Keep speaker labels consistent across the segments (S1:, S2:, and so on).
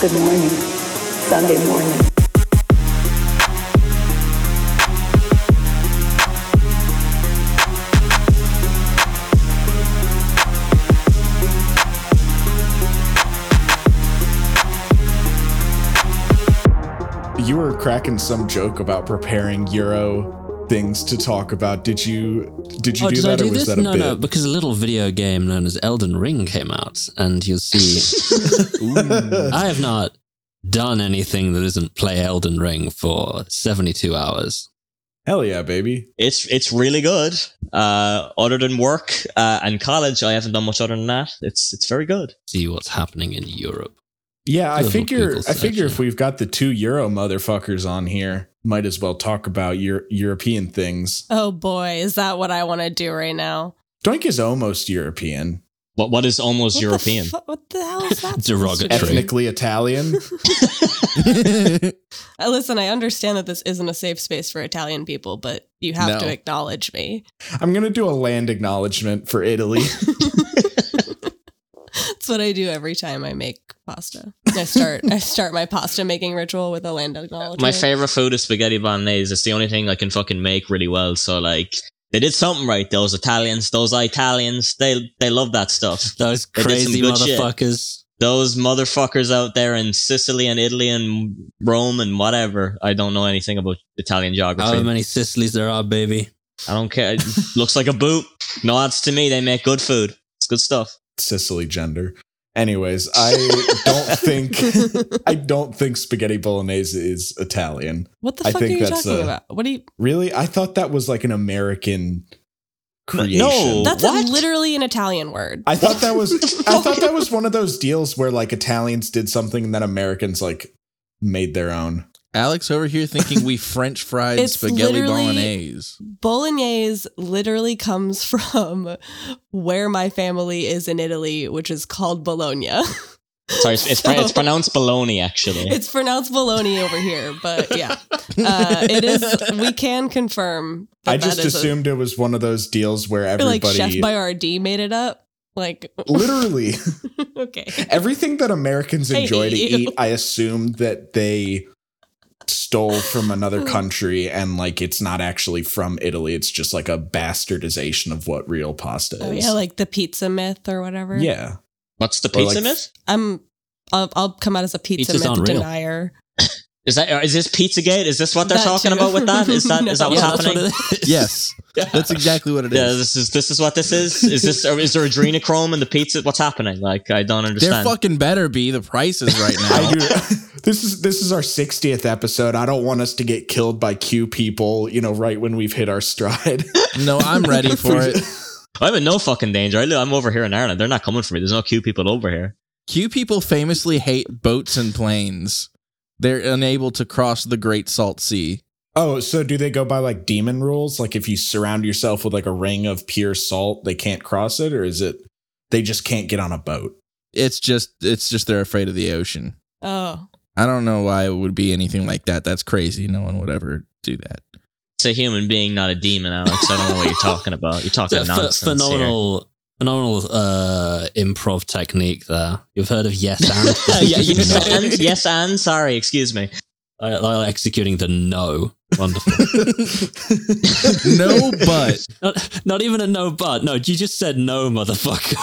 S1: Good morning, Sunday morning.
S2: You were cracking some joke about preparing Euro things to talk about. Did you did you
S3: oh,
S2: do
S3: did
S2: that
S3: I do
S2: or was
S3: this?
S2: that a
S3: No,
S2: bit?
S3: no, because a little video game known as Elden Ring came out, and you'll see. I have not done anything that isn't play Elden Ring for 72 hours.
S2: Hell yeah, baby.
S4: It's it's really good. Uh, other than work uh, and college, I haven't done much other than that. It's it's very good.
S3: See what's happening in Europe.
S2: Yeah, I
S3: Little
S2: figure
S3: people
S2: I figure if
S3: section.
S2: we've got the two Euro motherfuckers on here, might as well talk about Euro- European things.
S5: Oh boy, is that what I want to do right now?
S2: Doink is almost European,
S4: What what is almost
S5: What the
S4: European?
S5: fu- what the hell is that? supposed to
S3: Derogatory.
S5: be?
S3: Ethnic.
S2: ethnically Italian.
S5: Uh, Listen, I understand that this isn't a safe space for Italian people, but you have
S2: No.
S5: to acknowledge me.
S2: I'm gonna do a land acknowledgement for Italy.
S5: That's what I do every time I make pasta. I start I start my pasta making ritual with a land acknowledgement.
S4: My favorite food is spaghetti bolognese. It's the only thing I can fucking make really well. So like, they did something right. Those Italians, those Italians, they they love that stuff.
S3: Those
S4: They did some
S3: crazy
S4: good shit.
S3: motherfuckers.
S4: Those motherfuckers out there in Sicily and Italy and Rome and whatever. I don't know anything about Italian geography.
S3: However Oh, many Sicilies there are, baby.
S4: I don't care. It looks like a boot. No odds to me. They make good food. It's good stuff.
S2: Sicily gender. Anyways, I don't think I don't think spaghetti bolognese is Italian.
S5: what the
S2: I
S5: fuck are
S2: think
S5: you
S2: that's
S5: talking
S2: a-
S5: about? What do you?
S2: Really? I thought that was like an American creation.
S4: No.
S5: That's
S4: What?
S5: A, literally an Italian word.
S2: I thought that was I thought that was one of those deals where like Italians did something and then Americans like made their own.
S6: Alex over here thinking we French fried
S5: It's
S6: spaghetti
S5: literally-
S6: bolognese.
S5: Bolognese literally comes from where my family is in Italy, which is called Bologna.
S4: Sorry, it's, it's, pro- it's pronounced bologna, actually.
S5: It's pronounced bologna over here, but yeah, uh, it is. We can confirm. that
S2: I
S5: that
S2: just
S5: is a-
S2: assumed it was one of those deals where
S5: I feel like
S2: everybody
S5: Chef Boyardee made it up. Like,
S2: literally
S5: okay,
S2: everything that Americans
S5: I
S2: enjoy to
S5: hate you.
S2: eat, I assumed that they stole from
S5: Hmm.
S2: another country and like it's not actually from Italy. It's just like a bastardization of what real pasta
S5: oh,
S2: is.
S5: yeah, like the pizza myth or whatever.
S2: yeah.
S4: What's the
S2: Or like-
S4: pizza myth?
S5: I'm. I'll, I'll come out as a pizza
S3: Pizza's
S5: myth
S3: unreal.
S5: denier.
S4: Is that is this PizzaGate? Is this what they're
S5: That
S4: talking
S5: too.
S4: about with that? Is that is
S5: No.
S4: that what's
S3: yeah,
S4: happening?
S3: that's what it is.
S6: Yes, that's exactly what it
S4: yeah,
S6: is.
S4: this is this is what this is. Is this or is there adrenochrome in the pizza? What's happening? Like I don't
S6: They're
S4: understand.
S6: fucking better be the prices right now.
S2: I do. this is this is our 60th episode. I don't want us to get killed by Q people, you know, right when we've hit our stride.
S6: No, I'm ready for it.
S4: I'm in no fucking danger. I live, I'm over here in Ireland. They're not coming for me. There's no Q people over here.
S6: Q people famously hate boats and planes. They're unable to cross the Great Salt Sea.
S2: Oh, so do they go by like demon rules? Like if you surround yourself with like a ring of pure salt, they can't cross it, or is it they just can't get on a boat?
S6: It's just it's just they're afraid of the ocean.
S5: Oh,
S6: I don't know why it would be anything like that. That's crazy. No one would ever do that.
S4: It's a human being, not a demon, Alex. I don't know what you're talking about. You're talking
S3: It's a ph-
S4: nonsense. here.
S3: phenomenal, phenomenal uh, improv technique there. You've heard of yes
S4: Uh,
S3: and?
S4: yeah, you know, and, yes, and sorry, excuse me.
S3: I, I like executing the no. Wonderful.
S6: No, but
S3: not, not even a no, but no. You just said no, motherfucker.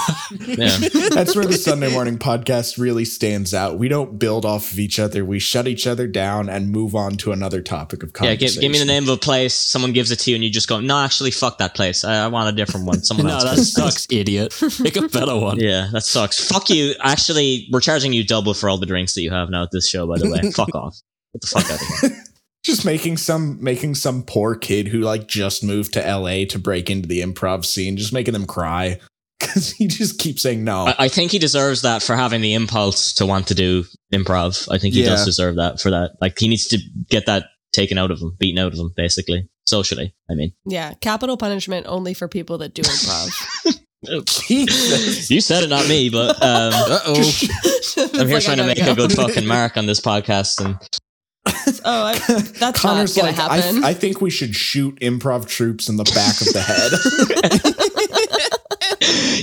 S4: Yeah.
S2: That's where the Sunday morning podcast really stands out. We don't build off of each other. We shut each other down and move on to another topic of
S4: Yeah,
S2: conversation.
S4: give, give me the name of a place. Someone gives it to you, and you just go, "No, actually, fuck that place. I, I want a different one. Someone
S3: no,
S4: else."
S3: that
S4: please."
S3: sucks, idiot. Pick a better one.
S4: Yeah, that sucks. Fuck you. Actually, we're charging you double for all the drinks that you have now at this show. By the way, fuck off. Get the fuck out of here.
S2: Just making some making some poor kid who like just moved to LA to break into the improv scene, just making them cry because he just keeps saying no.
S4: I, I think he deserves that for having the impulse to want to do improv. I think he
S6: Yeah.
S4: does deserve that for that. Like he needs to get that taken out of him, beaten out of him, basically socially. I mean,
S5: yeah. Capital punishment only for people that do improv.
S2: Jesus.
S4: you said it, not me. But um,
S6: uh oh.
S5: It's
S4: I'm
S5: like,
S4: here
S5: I
S4: trying to
S5: gotta
S4: make
S5: go.
S4: a good fucking mark on this podcast, and
S5: says, "Oh, I, that's
S2: Connor's
S5: not
S2: like,
S5: gonna
S2: I,
S5: happen."
S2: I think we should shoot improv troops in the back of the head.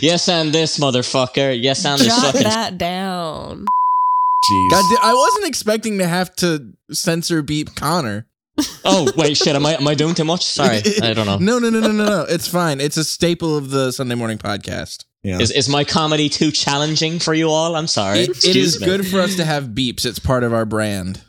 S4: yes, and this motherfucker. Yes, and this
S5: Jot
S4: fucking.
S5: that down.
S2: Jeez.
S6: God, da- I wasn't expecting to have to censor beep Connor.
S4: Oh wait, shit. Am I am I doing too much? Sorry, I don't know.
S6: No, no, no, no, no, no. It's fine. It's a staple of the Sunday morning podcast.
S2: yeah.
S4: Is is my comedy too challenging for you all? I'm sorry.
S6: It- it
S4: Excuse
S6: is
S4: me.
S6: good for us to have beeps. It's part of our brand.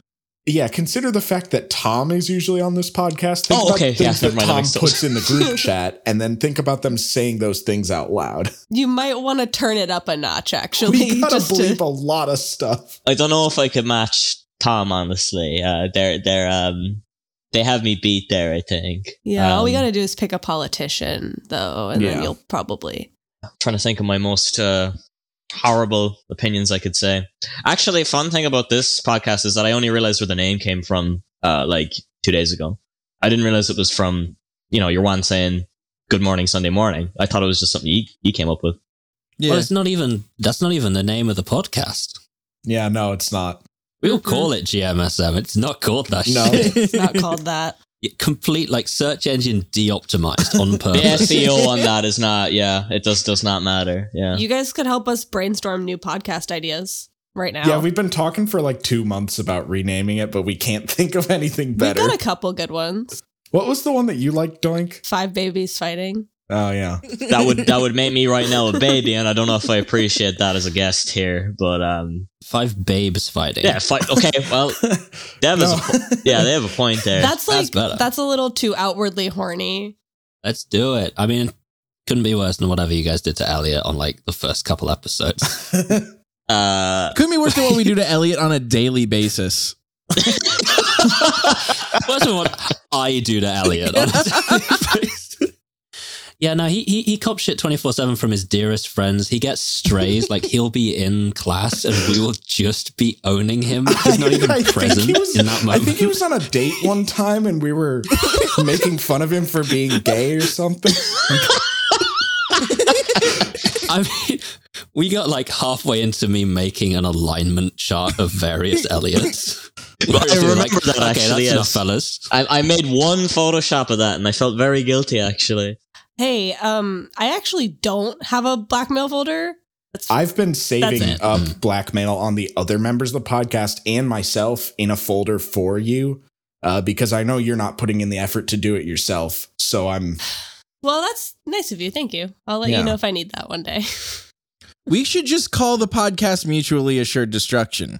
S2: yeah, consider the fact that Tom is usually on this podcast.
S4: Oh,
S2: about
S4: okay,
S2: things
S4: yeah,
S2: that
S4: never mind, that
S2: Tom
S4: makes sense.
S2: puts in the group chat, and then think about them saying those things out loud.
S5: You might want to turn it up a notch, actually.
S2: We gotta
S5: just to-
S2: bleep a lot of stuff.
S4: I don't know if I could match Tom. Honestly, uh, they're they're um they have me beat there. I think.
S5: yeah, all we
S4: Um,
S5: gotta do is pick a politician, though, and
S2: Yeah.
S5: then you'll probably.
S4: trying to think of my most uh, horrible opinions I could say. Actually, fun thing about this podcast is that I only realized where the name came from uh, like two days ago. I didn't realize it was from you know your one saying "Good morning Sunday morning." I thought it was just something you, you came up with.
S6: Yeah.
S3: Well, it's not even that's not even the name of the podcast.
S2: Yeah, no, it's not.
S3: We'll call it GMSM. It's not called that.
S2: No.
S3: shit.
S5: Mm-hmm. It's not called that.
S3: It complete like search engine de-optimized on
S4: The
S3: purpose.
S4: SEO on that is not. Yeah, it does does not matter. Yeah.
S5: You guys could help us brainstorm new podcast ideas right now.
S2: Yeah, we've been talking for like two months about renaming it, but we can't think of anything
S5: We've
S2: better.
S5: got a couple good ones.
S2: What was the one that you liked, Doink?
S5: Five babies fighting.
S2: Oh yeah,
S4: that would that would make me right now a baby, and I don't know if I appreciate that as a guest here. But um,
S3: Five babes fighting.
S4: yeah, fight. Okay, well, Dev is a,
S2: No.
S4: po- yeah, they have a point there.
S5: That's
S3: That's
S5: like
S3: better.
S5: that's, a little too outwardly horny.
S3: Let's do it. I mean, couldn't be worse than whatever you guys did to Elliot on like the first couple episodes.
S4: Uh,
S6: Couldn't be worse than what we do to Elliot on a daily basis.
S3: worse than what I do to Elliot. on a daily basis. yeah, no, he he, he cops shit twenty four seven from his dearest friends. He gets strays. like he'll be in class and we will just be owning him. He's not even present
S2: was,
S3: in that
S2: I
S3: moment.
S2: think he was on a date one time, and we were making fun of him for being gay or something.
S3: I mean, we got like halfway into me making an alignment chart of various Elliots.
S4: Well, I
S3: Whereas we were like,
S4: remember that
S3: okay,
S4: actually,
S3: that's
S4: yes.
S3: enough, fellas.
S4: I, I made one Photoshop of that, and I felt very guilty actually.
S5: Hey, um, I actually don't have a blackmail folder.
S2: I've been saving
S3: it. Mm.
S2: up blackmail on the other members of the podcast and myself in a folder for you uh, because I know you're not putting in the effort to do it yourself. So I'm
S5: Well, that's nice of you. Thank you. I'll let
S2: Yeah.
S5: you know if I need that one day.
S6: We should just call the podcast Mutually Assured Destruction.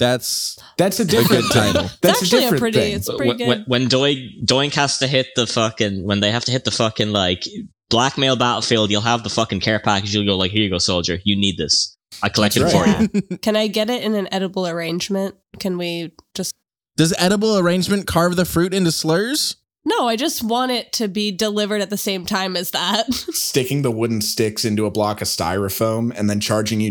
S6: That's
S2: that's a different
S6: good title.
S2: That's
S5: actually a
S2: different
S5: pretty-
S2: thing.
S5: it's-
S4: When,
S5: pretty
S4: when,
S5: good.
S4: when Doink, Doink has to hit the fucking when they have to hit the fucking like blackmail battlefield, you'll have the fucking care package. You'll go like, here you go, soldier. You need this. I collected
S2: That's
S4: it for
S5: right.
S4: you.
S5: Can I get it in an edible arrangement? Can we just
S6: does edible arrangement carve the fruit into slurs?
S5: No, I just want it to be delivered at the same time as that.
S2: Sticking the wooden sticks into a block of styrofoam and then charging you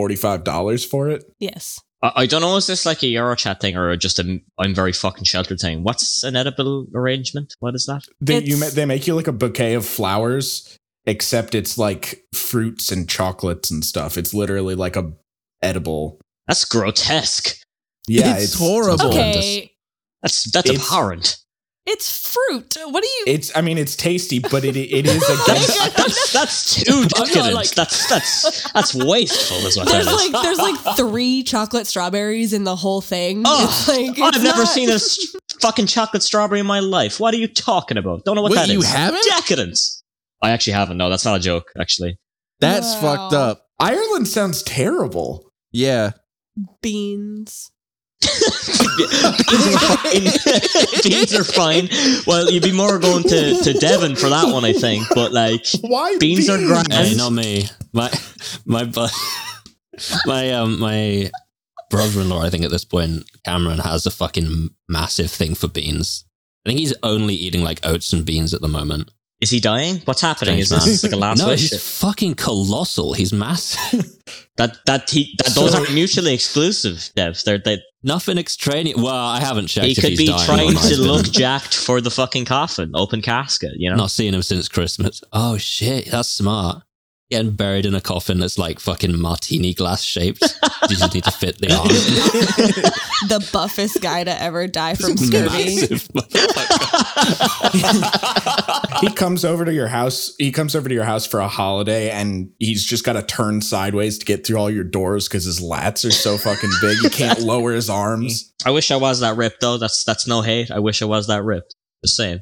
S2: $245 for it.
S5: yes.
S4: I, I don't know. Is this like a Eurochat thing or just a I'm very fucking sheltered thing? What's an edible arrangement? What is that?
S2: They, you,
S5: It's-
S2: ma- they make you like a bouquet of flowers, except it's like fruits and chocolates and stuff. It's literally like a edible.
S4: That's grotesque.
S2: Yeah,
S6: It's horrible.
S2: horrendous.
S5: Okay.
S4: That's that's
S2: It's-
S4: abhorrent.
S5: It's fruit. What do you
S2: It's. I mean, it's tasty, but it it is against.
S4: That's that's too
S3: not
S4: decadent.
S3: like-
S4: that's that's that's wasteful. Is what that
S5: There's
S4: is.
S5: like there's like three chocolate strawberries in the whole thing.
S4: Ugh.
S5: It's like
S4: I've
S5: it's
S4: never
S5: not-
S4: seen a s- fucking chocolate strawberry in my life. What are you talking about? Don't know what,
S6: Wait,
S4: that is.
S6: you haven't?
S4: Decadence. I actually haven't. No, that's not a joke. Actually,
S6: That's
S5: Wow.
S6: fucked up.
S2: Ireland sounds terrible.
S6: Yeah.
S5: beans.
S4: beans are fine. beans are fine. Well, you'd be more going to, to Devon for that one, I think. But like,
S2: Why
S4: Beans are grand.
S3: Hey, not me. My my bu- my um my brother-in-law. I think at this point, Cameron has a fucking massive thing for beans. I think he's only eating like oats and beans at the moment.
S4: is he dying? What's happening? Is
S3: Strange
S4: this like a last
S3: no,
S4: wish?
S3: he's fucking colossal. He's massive.
S4: That that he, that those
S2: So-
S4: aren't mutually exclusive, Dev. They're, they
S3: Nothing extraneous. Well, I haven't checked.
S4: he
S3: if
S4: could
S3: he's
S4: be
S3: dying or
S4: trying
S3: not.
S4: to look jacked for the fucking coffin, open casket. You know.
S3: Not seen him since Christmas. Oh shit, that's smart. getting buried in a coffin that's like fucking martini glass shaped. you just need to fit the arm.
S5: the buffest guy to ever die from scurvy.
S3: Massive motherfucker.
S2: he comes over to your house. He comes over to your house for a holiday, and he's just got to turn sideways to get through all your doors because his lats are so fucking big. He can't lower his arms.
S4: I wish I was that ripped though. That's that's no hate. I wish I was that ripped. Just saying.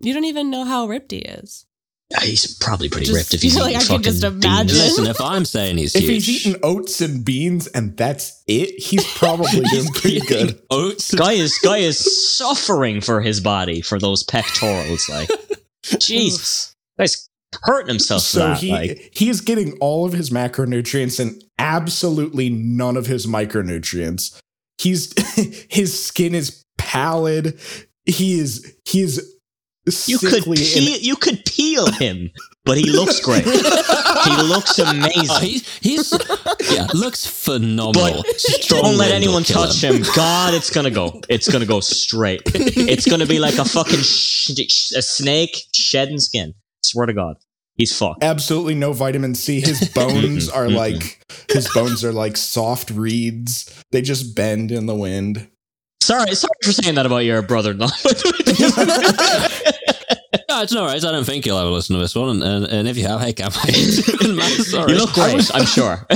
S5: You don't even know how ripped he is.
S4: Ah, He's probably pretty
S5: Just-
S4: ripped if he's
S5: like,
S4: eating
S5: I
S4: fucking
S5: could just
S4: beans.
S5: imagine.
S3: Listen, if I'm saying he's
S2: If
S3: huge,
S2: he's eating oats and beans and that's it, he's probably doing pretty good.
S3: oats,
S4: guy is guy is suffering for his body for those pectorals. Like, Jesus, guy's hurting himself. for
S2: So
S4: that,
S2: he
S4: like,
S2: he is getting all of his macronutrients and absolutely none of his micronutrients. He's his skin is pallid. He is he is
S4: you could
S2: sickly and
S4: peel, you could peel him, but he looks great. he looks
S3: Oh,
S4: amazing.
S3: he, he's yeah, looks phenomenal.
S4: But
S3: Strong
S4: Don't let
S3: wind
S4: anyone
S3: will kill
S4: touch him. God, it's gonna go. It's gonna go straight. It's gonna be like a fucking sh- sh- a snake shedding skin. Swear to God, he's fucked.
S2: absolutely no vitamin C. His bones are
S4: mhm.
S2: like his bones are like soft reeds. They just bend in the wind.
S4: Sorry, sorry for saying that about your brother.
S3: No, it's all right. I don't think you'll ever listen to this one, and, and, and if you have, hey, Cam, sorry.
S4: You look
S3: I
S4: great,
S3: was-
S4: I'm sure.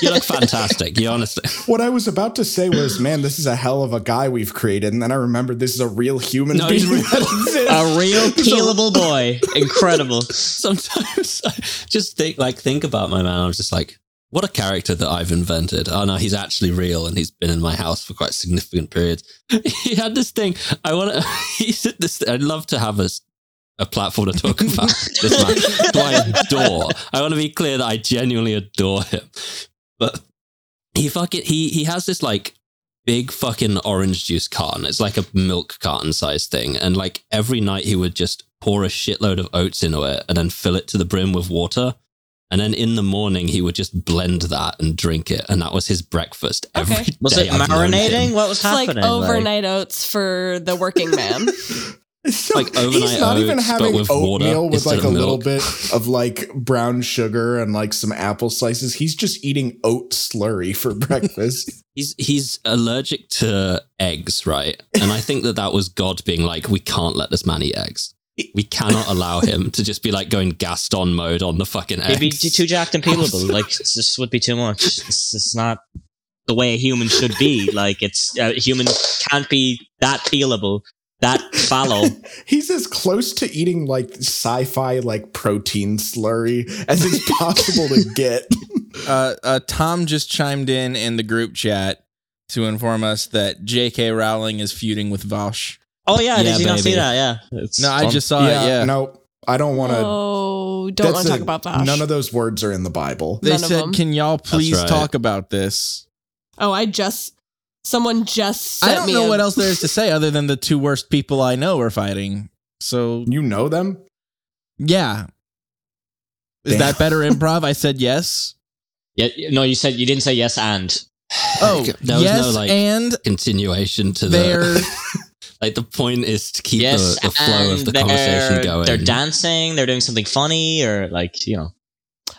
S3: you look fantastic. You honestly,
S2: What I was about to say was, man, this is a hell of a guy we've created. And then I remembered this is a real human
S3: No, he's
S2: being.
S3: real.
S2: that exists.
S4: a real peelable boy. Incredible.
S3: sometimes I just think like think about my man. I'm just like, what a character that I've invented. Oh no, he's actually real, and he's been in my house for quite significant periods. He had this thing. I want to. He said this. I'd love to have a s- a platform to talk about this man who I adore. I want to be clear that I genuinely adore him, but he fucking he he has this like big fucking orange juice carton. It's like a milk carton size thing, and like every night he would just pour a shitload of oats into it and then fill it to the brim with water. And then in the morning, he would just blend that and drink it, and that was his breakfast every day.
S5: Okay.
S4: Was it
S3: I've known
S4: marinating?
S3: him.
S4: What was
S5: It's like
S4: happening?
S5: overnight oats for the working man.
S2: So
S3: like overnight oats, but with water
S2: with
S3: instead
S2: like a
S3: of
S2: little
S3: milk.
S2: bit of like brown sugar and like some apple slices. He's just eating oat slurry for breakfast.
S3: He's he's allergic to eggs, right? And I think that that was God being like, we can't let this man eat eggs. We cannot allow him to just be like going Gaston mode on the fucking eggs.
S4: It'd be too too jacked and peelable. like it's- this would be too much. It's, it's not the way a human should be. Like it's a human can't be that peelable, that fallow.
S2: He's as close to eating like sci-fi like protein slurry as is possible to get.
S6: Uh, uh, Tom just chimed in in the group chat to inform us that J.K. Rowling is feuding with Vosh.
S4: Oh yeah,
S3: Yeah,
S4: did you not see
S3: baby.
S4: that? Yeah. It's
S6: No, I
S4: fun.
S6: just saw it. Yeah,
S2: No, I don't want to.
S5: oh, don't want to talk about that.
S2: None of those words are in the Bible.
S6: they
S5: None of
S6: said,
S5: them.
S6: "Can y'all please
S3: right.
S6: talk about this?"
S5: oh, I just someone just. Sent
S6: I don't
S5: me
S6: know
S5: a-
S6: what else there is to say other than the two worst people I know are fighting. So
S2: You know them?
S6: yeah, is
S2: Damn.
S6: that better improv? I said yes.
S4: Yeah, yeah, no, you said you didn't say yes and.
S6: Oh,
S3: There was
S6: yes,
S3: no, like-
S6: and
S3: continuation to
S6: they're
S3: the like the point is to keep
S4: Yes,
S3: the, the flow of
S4: and
S3: the
S4: they're-
S3: conversation going.
S4: They're dancing. They're doing something funny, or like you know.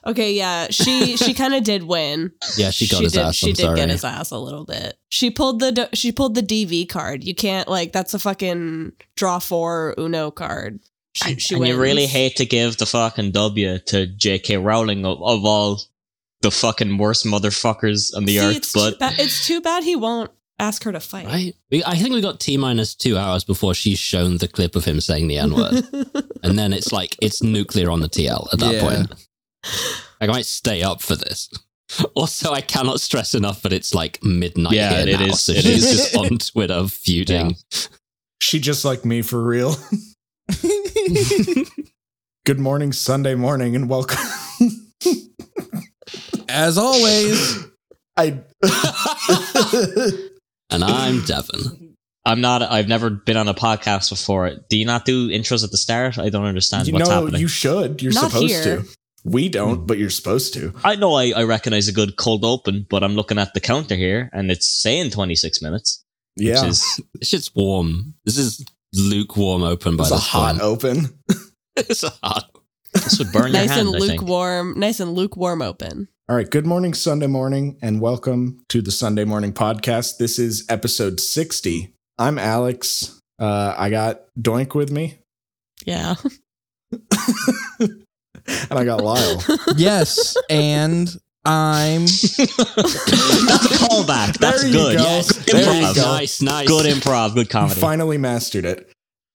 S5: Okay, yeah, she she kind of did win.
S3: Yeah, she got his
S5: did,
S3: ass.
S5: She
S3: I'm
S5: did
S3: sorry.
S5: get his ass a little bit. She pulled the d- she pulled the DV card. You can't like that's a fucking draw four Uno card. She, she
S4: and you
S5: wins.
S4: really hate to give the fucking W to J.K. Rowling of, of all the fucking worst motherfuckers on the
S5: See,
S4: earth,
S5: It's
S4: but
S5: too, ba- it's too bad he won't ask her to fight.
S3: Right? We, I think we got T minus two hours before she's shown the clip of him saying the N word. and then it's like, it's nuclear on the TL at that
S6: Yeah.
S3: point. Like, I might stay up for this. Also, I cannot stress enough that it's like midnight
S4: Yeah,
S3: here
S4: it
S3: now.
S4: is-
S3: so
S4: it
S3: she's
S4: is.
S3: just on Twitter feuding.
S2: She just like me for real. Good morning, Sunday morning, and welcome.
S6: as always.
S2: I.
S3: And I'm Devon.
S4: I'm not. I've never been on a podcast before. Do you not do intros at the start? I don't understand
S2: you
S4: what's
S2: know,
S4: happening.
S2: you should. You're
S5: Not
S2: supposed
S5: here.
S2: to. We don't, but you're supposed to.
S4: I know I, I recognize a good cold open, but I'm looking at the counter here, and it's saying 26 minutes,
S2: Yeah.
S4: which
S2: It's
S4: is
S3: This shit's warm. This is lukewarm open by
S2: a
S3: this
S2: hot
S3: point.
S2: open.
S3: it's a hot.
S4: This would burn
S5: nice
S4: your hand.
S5: and
S4: I think.
S5: lukewarm, nice and lukewarm open.
S2: All right. Good morning, Sunday morning, and welcome to the Sunday morning podcast. This is episode 60. I'm Alex. Uh, I got Doink with me,
S5: Yeah.
S2: and I got Lyle.
S6: yes, and I'm
S4: That's a callback. That's
S2: There you
S4: good.
S2: go.
S4: Yes.
S2: There you
S4: Improv.
S2: go.
S3: Nice, nice.
S4: Good improv. Good comedy.
S2: Finally mastered it.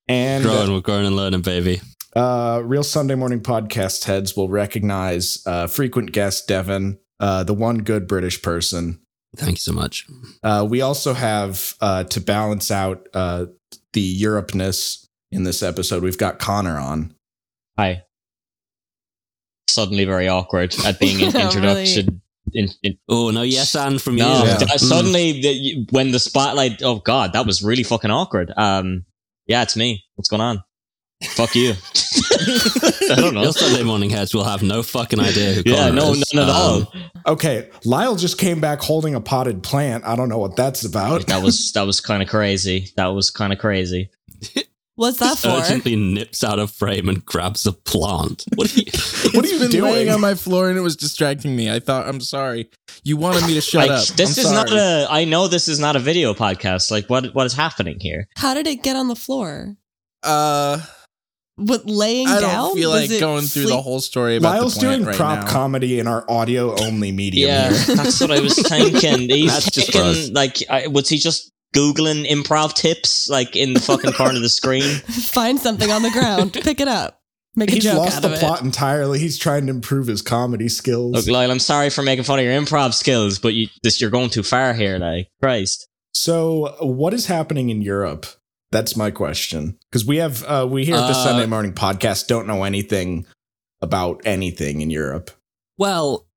S2: And
S3: growing, we're growing and learning, baby.
S2: uh, real Sunday morning podcast heads will recognize uh, frequent guest Devin, uh, the one good British person.
S3: Thank you so much.
S2: Uh, we also have uh, to balance out uh, the Europe ness in this episode. We've got Connor on.
S4: Hi. Suddenly very awkward at being in-
S5: Yeah,
S4: introduction. In, in,
S3: Oh no, yes, and from you. Mm.
S4: no, Mm.
S2: Yeah.
S4: I- suddenly the, you- when the spotlight. Oh god, that was really fucking awkward. Um, yeah, it's me. What's going on? Fuck you. I don't know.
S3: Your Sunday morning heads will have no fucking idea who.
S4: Yeah,
S3: Connor
S4: no,
S3: is.
S4: none at
S3: Um,
S4: all.
S2: Okay, Lyle just came back holding a potted plant. I don't know what that's about.
S4: That was that was kind of crazy. That was kind of crazy.
S5: What's that
S3: just
S5: for?
S3: urgently nips out of frame and grabs a plant. What are you?
S2: What are
S6: it's
S2: you
S6: been laying
S2: doing?
S6: on my floor and it was distracting me. I thought I'm sorry. You wanted me to shut
S4: like
S6: up.
S4: this
S6: I'm
S4: is not
S6: sorry.
S4: a. I know this is not a video podcast. Like what what is happening here?
S5: How did it get on the floor?
S6: Uh,
S5: With laying
S6: I don't
S5: down?
S6: feel
S5: Was
S6: like
S5: it
S6: going through the
S5: sleep-
S6: whole story about
S2: Lyle's
S6: the plant
S2: doing
S6: right
S2: prop
S6: now.
S2: comedy in our audio only medium.
S4: Yeah,
S2: here.
S4: that's what I was thinking. He's
S3: That's just
S4: taking,
S3: gross.
S4: like, I, was he just googling improv tips like in the fucking corner of the screen?
S5: Find something on the ground, pick it up, make a
S2: He's
S5: joke
S2: lost
S5: out
S2: the
S5: of
S2: plot entirely. He's trying to improve his comedy skills.
S4: Look, Lyle, I'm sorry for making fun of your improv skills, but you this you're going too far here. Like Christ,
S2: So, what is happening in Europe? That's my question. Because we have, uh, we here at the
S3: Uh,
S2: Sunday morning podcast don't know anything about anything in Europe.
S3: Well,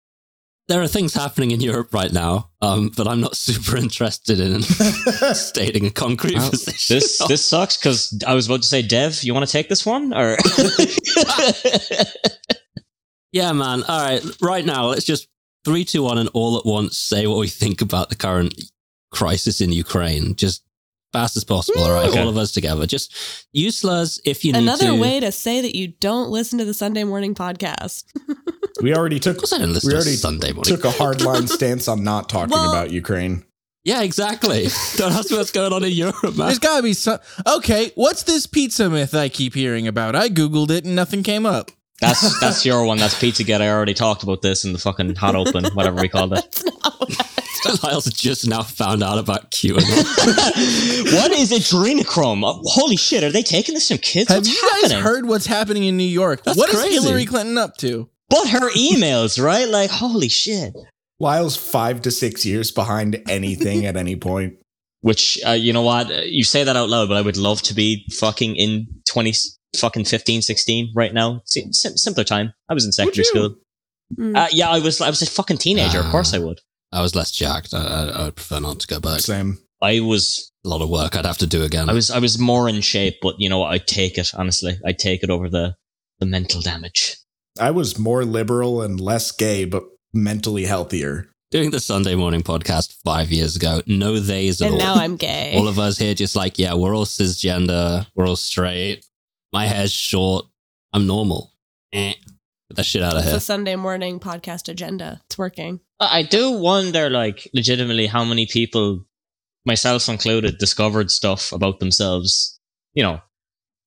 S3: there are things happening in Europe right now, um, but I'm not super interested in stating a concrete
S2: Well,
S3: position.
S4: this this sucks. Because I was about to say, Dev, you want to take this one or?
S3: Yeah, man. All right. Right now, let's just three, two, one, and all at once say what we think about the current crisis in Ukraine. Just fast as possible. All right.
S4: Okay.
S3: All of us together. Just use slurs if you need
S5: Another
S3: to.
S5: way to say that you don't listen to the Sunday morning podcast.
S2: We already took
S3: Of course, I don't listen
S2: We
S3: to
S2: already
S3: Sunday morning.
S2: took a hardline stance on not talking
S5: Well-
S2: about Ukraine.
S3: yeah, exactly. don't ask me what's going on in Europe, man.
S6: There's gotta be some. Okay, what's this pizza myth I keep hearing about? I googled it and nothing came up.
S4: that's that's your one. That's Pizzagate. I already talked about this in the fucking hot open, whatever we called it.
S5: That's not what I-
S3: Lyle's just now found out about QAnon.
S4: what is adrenochrome? Oh, Holy shit! Are they taking this from kids?
S6: Have
S4: What's
S6: you guys
S4: happening?
S6: heard what's happening in New York? What
S3: That's
S6: is
S3: crazy.
S6: Hillary Clinton up to?
S4: but her emails, right? Like, holy shit.
S2: Lyle's five to six years behind anything at any point.
S4: Which, uh, you know what? Uh, You say that out loud, but I would love to be fucking in 20, fucking 15, 16 right now. Sim- sim- simpler time. I was in secondary school.
S5: Mm.
S4: Uh, yeah, I was, I was a fucking teenager. of course I would.
S3: I was less jacked. I, I, I would prefer not to go back.
S2: Same.
S4: I was,
S3: A lot of work I'd have to do again.
S4: I was, I was more in shape, but you know what? I take it, honestly. I take it over the, the mental damage.
S2: I was more liberal and less gay, but mentally healthier.
S3: doing the Sunday morning podcast five years ago. No theys at
S5: and
S3: all.
S5: now I'm gay.
S3: all of us here just like, yeah, we're all cisgender, we're all straight. My hair's short. I'm normal. Eh. Get that shit out of
S5: It's
S3: here.
S5: a Sunday morning podcast agenda. It's working.
S4: I I do wonder, like, legitimately, how many people, myself included, discovered stuff about themselves, you know,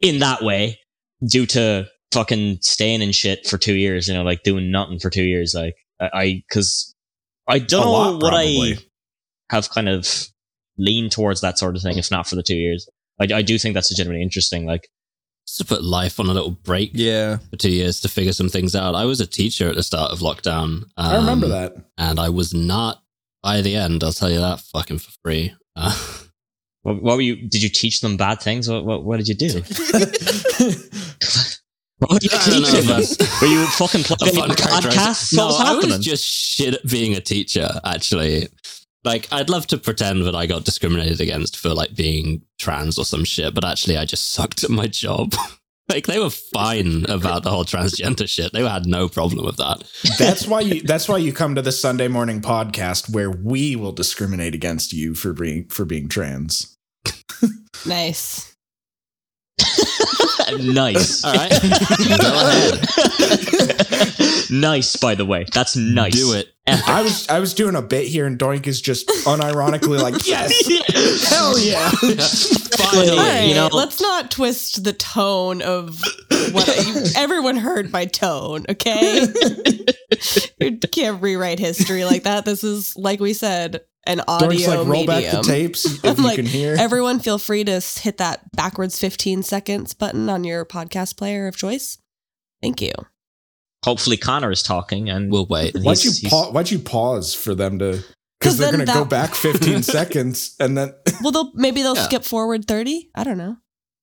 S4: in that way, due to fucking staying in shit for two years, you know, like doing nothing for two years. Like, I- I, because I don't
S2: A
S4: know
S2: lot,
S4: what
S2: probably.
S4: I have kind of leaned towards that sort of thing, if not for the two years. I, I do think that's legitimately interesting. Like,
S3: Just to put life on a little break
S6: Yeah,
S3: for two years to figure some things out. I was a teacher at the start of lockdown. Um,
S2: I remember that.
S3: And I was not by the end, I'll tell you that fucking for free. Uh,
S4: what, what were you, did you teach them bad things? What, what, what did you do? what were you
S3: I don't know,
S4: teaching them?
S3: man.
S4: Were you fucking
S3: a
S4: plugging
S3: fun
S4: in
S3: characterization.
S4: podcasts?
S3: No,
S4: What was
S3: I was
S4: happening?
S3: just shit at being a teacher. Actually, like I'd love to pretend that I got discriminated against for like being trans or some shit, but actually I just sucked at my job. like they were fine about the whole transgender shit. They had no problem with that.
S2: that's why you that's why you come to the Sunday morning podcast where we will discriminate against you for being for being trans.
S5: Nice.
S4: nice.
S3: All right. Go ahead.
S4: nice, by the way. That's nice.
S3: Do it.
S2: I was I was doing a bit here, and Doink is just unironically like, yes, hell yeah.
S4: Finally,
S5: All right,
S4: you know,
S5: let's not twist the tone of what you, everyone heard my tone, okay? you can't rewrite history like that. This is, like we said, an
S2: Doink's
S5: audio
S2: like, roll back the
S5: medium.
S2: tapes
S5: I'm
S2: if you
S5: like,
S2: can hear.
S5: Everyone, feel free to s- hit that backwards 15 seconds button on your podcast player of choice. Thank you.
S4: hopefully Connor is talking and
S3: We'll wait.
S4: and
S2: why'd you
S4: he's- he's-
S2: pa- Why'd you pause for them to?
S5: 'Cause
S2: Because they're
S5: then
S2: gonna go
S5: that-
S2: back 15 seconds, and then
S5: Well, they'll maybe they'll
S3: Yeah.
S5: skip forward 30. I don't know.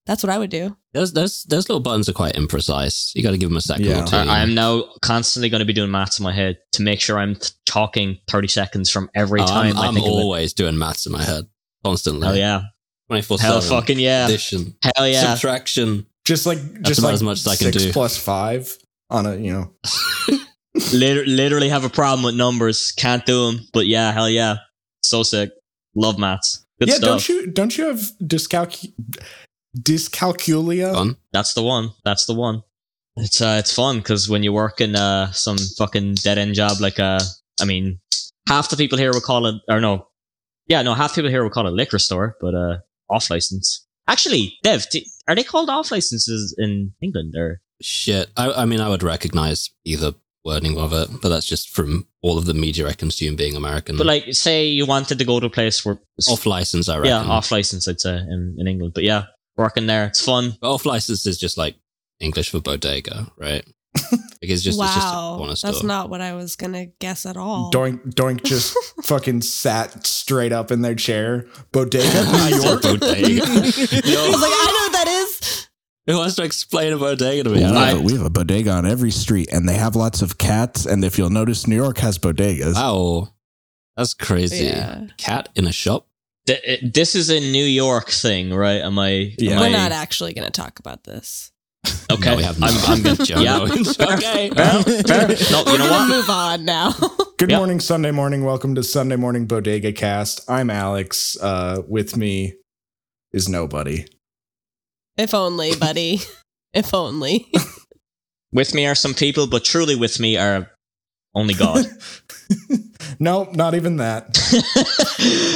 S5: That's what I would do.
S3: Those those those little buttons are quite imprecise. You got to give them a second
S2: Yeah.
S3: or two.
S4: I I am now constantly going to be doing maths in my head to make sure I'm t- talking 30 seconds from every
S3: Oh,
S4: time
S3: I'm,
S4: i
S3: I'm
S4: think of
S3: always doing maths in my head
S4: it.
S3: constantly.
S4: Hell yeah.
S3: twenty four
S4: Hell
S3: seven.
S4: fucking yeah.
S3: Addition,
S4: Hell yeah.
S3: subtraction.
S2: just like just
S3: about
S2: like
S3: as much as I can
S2: six
S3: do.
S2: plus five on a you know.
S4: Liter- literally have a problem with numbers. Can't do them. But yeah, hell yeah. So sick. Love maths. Good
S2: yeah,
S4: stuff.
S2: don't you don't you have dyscalc dyscalculia?
S3: Gone.
S4: That's the one. That's the one. It's uh, it's fun because when you work in uh, some fucking dead end job, like uh, I mean, half the people here would call it, or no, yeah, no, half the people here would call it liquor store, but uh, off license. Actually, Dev, d are they called off licenses in England? Or
S3: Shit. I, I mean, I would recognize either wording of it, but that's just from all of the media I consume being American.
S4: but like, say you wanted to go to a place where
S3: Hmm. off license, I reckon.
S4: yeah, off license, I'd say in, in England. But yeah, working there, it's fun.
S3: But off license is just like English for bodega, right? Like it's just it's just a
S5: wow.
S3: corner store.
S5: That's not what I was going to guess at all.
S2: Doink Doink just fucking sat straight up in their chair. Bodega New York.
S3: bodega.
S5: I was like, I know what that is.
S3: Who wants to explain a bodega to me?
S7: We have,
S3: I
S7: a, we have a bodega on every street, and they have lots of cats. And if you'll notice, New York has bodegas.
S3: wow, that's crazy.
S5: Yeah.
S3: Cat in a shop.
S4: Th- it- this is a New York thing, right? Am I? am
S2: Yeah.
S5: We're
S4: I-
S5: not actually going to talk about this.
S4: okay.
S3: No, we have not.
S4: I'm, I'm good.
S3: Yeah.
S4: okay. Fair, fair. No,
S5: We're
S4: Oh, you know
S5: gonna
S4: what?
S5: move on now.
S2: Good
S4: Yeah.
S2: morning, Sunday morning. Welcome to Sunday morning Bodega Cast. I'm Alex. Uh, with me is nobody.
S5: if only, buddy. If only.
S4: With me are some people, but truly with me are only God.
S2: Nope, not even that.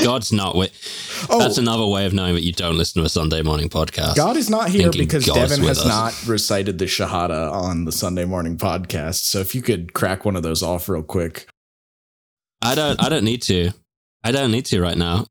S3: God's not with.
S2: Oh,
S3: That's another way of knowing that you don't listen to a Sunday morning podcast.
S2: God is not here
S3: Thinking
S2: because
S3: God's
S2: Devin
S3: with
S2: has
S3: us.
S2: not recited the Shahada on the Sunday morning podcast. So if you could crack one of those off real quick.
S3: I don't. I don't need to. I don't need to right now.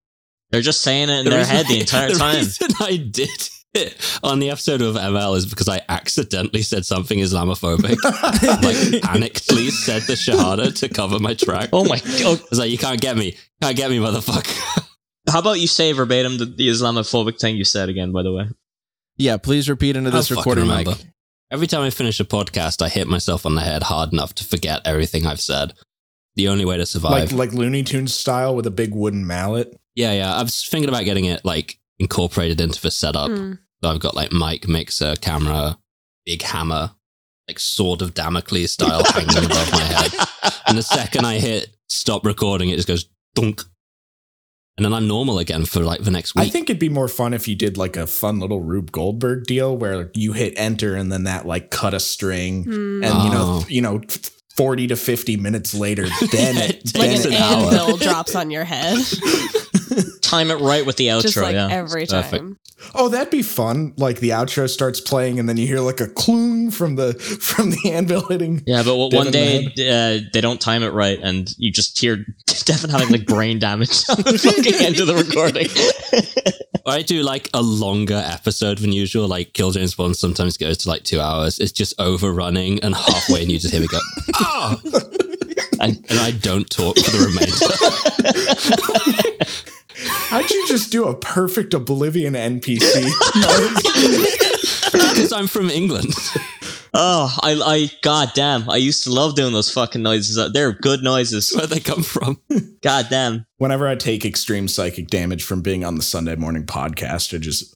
S4: They're just saying it in their
S3: reason
S4: head the
S3: I-
S4: entire
S3: the
S4: time.
S3: reason I did it on the episode of ML is because I accidentally said something Islamophobic. like, panically said the Shahada to cover my track.
S4: Oh my god!
S3: I was like, you can't get me. Can't get me, motherfucker.
S4: How about you say verbatim the, the Islamophobic thing you said again? By the way,
S6: Yeah, please repeat into this
S3: I'll fucking
S6: recording mic.
S3: remember. Every time I finish a podcast, I hit myself on the head hard enough to forget everything I've said. The only way to
S2: like
S3: survive.
S2: like Looney Tunes style with a big wooden mallet.
S3: yeah, yeah. I was thinking about getting it like incorporated into the setup.
S5: Hmm.
S3: So I've got like mic, mixer, camera, big hammer, like sword of Damocles style hanging
S4: Oh
S3: above my head. And the second I hit stop recording, it just goes dunk. And then I'm normal again for like the next week.
S2: I think it'd be more fun if you did like a fun little Rube Goldberg deal where you hit enter and then that like cut a string
S5: Hmm.
S2: and you know
S3: Oh.
S2: you know 40 to 50 minutes later then
S3: Yeah,
S2: it,
S3: it
S2: then
S5: like
S3: takes
S2: it-
S5: an
S3: an hour.
S5: anvil drops on your head.
S4: time it right with the outro.
S5: just like
S4: yeah,
S5: every
S3: perfect.
S5: time.
S2: oh that'd be fun like the outro starts playing and then you hear like a cloong from the from the anvil hitting
S4: yeah. But what,
S2: Dead
S4: one
S2: in the
S4: day uh, they don't time it right, and you just hear Devin having like brain damage on the fucking end of the recording.
S3: I do like a longer episode than usual. Like Kill James Bond sometimes goes to like two hours. It's just overrunning and halfway, and you just hear me go, ah! And, and I don't talk for the remainder.
S2: how'd you just do a perfect oblivion npc
S3: Because I'm from England.
S4: oh, I, I, god damn! I used to love doing those fucking noises. They're good
S3: That's
S4: noises.
S3: where they come from.
S4: God damn.
S2: whenever i take extreme psychic damage from being on the sunday morning podcast i just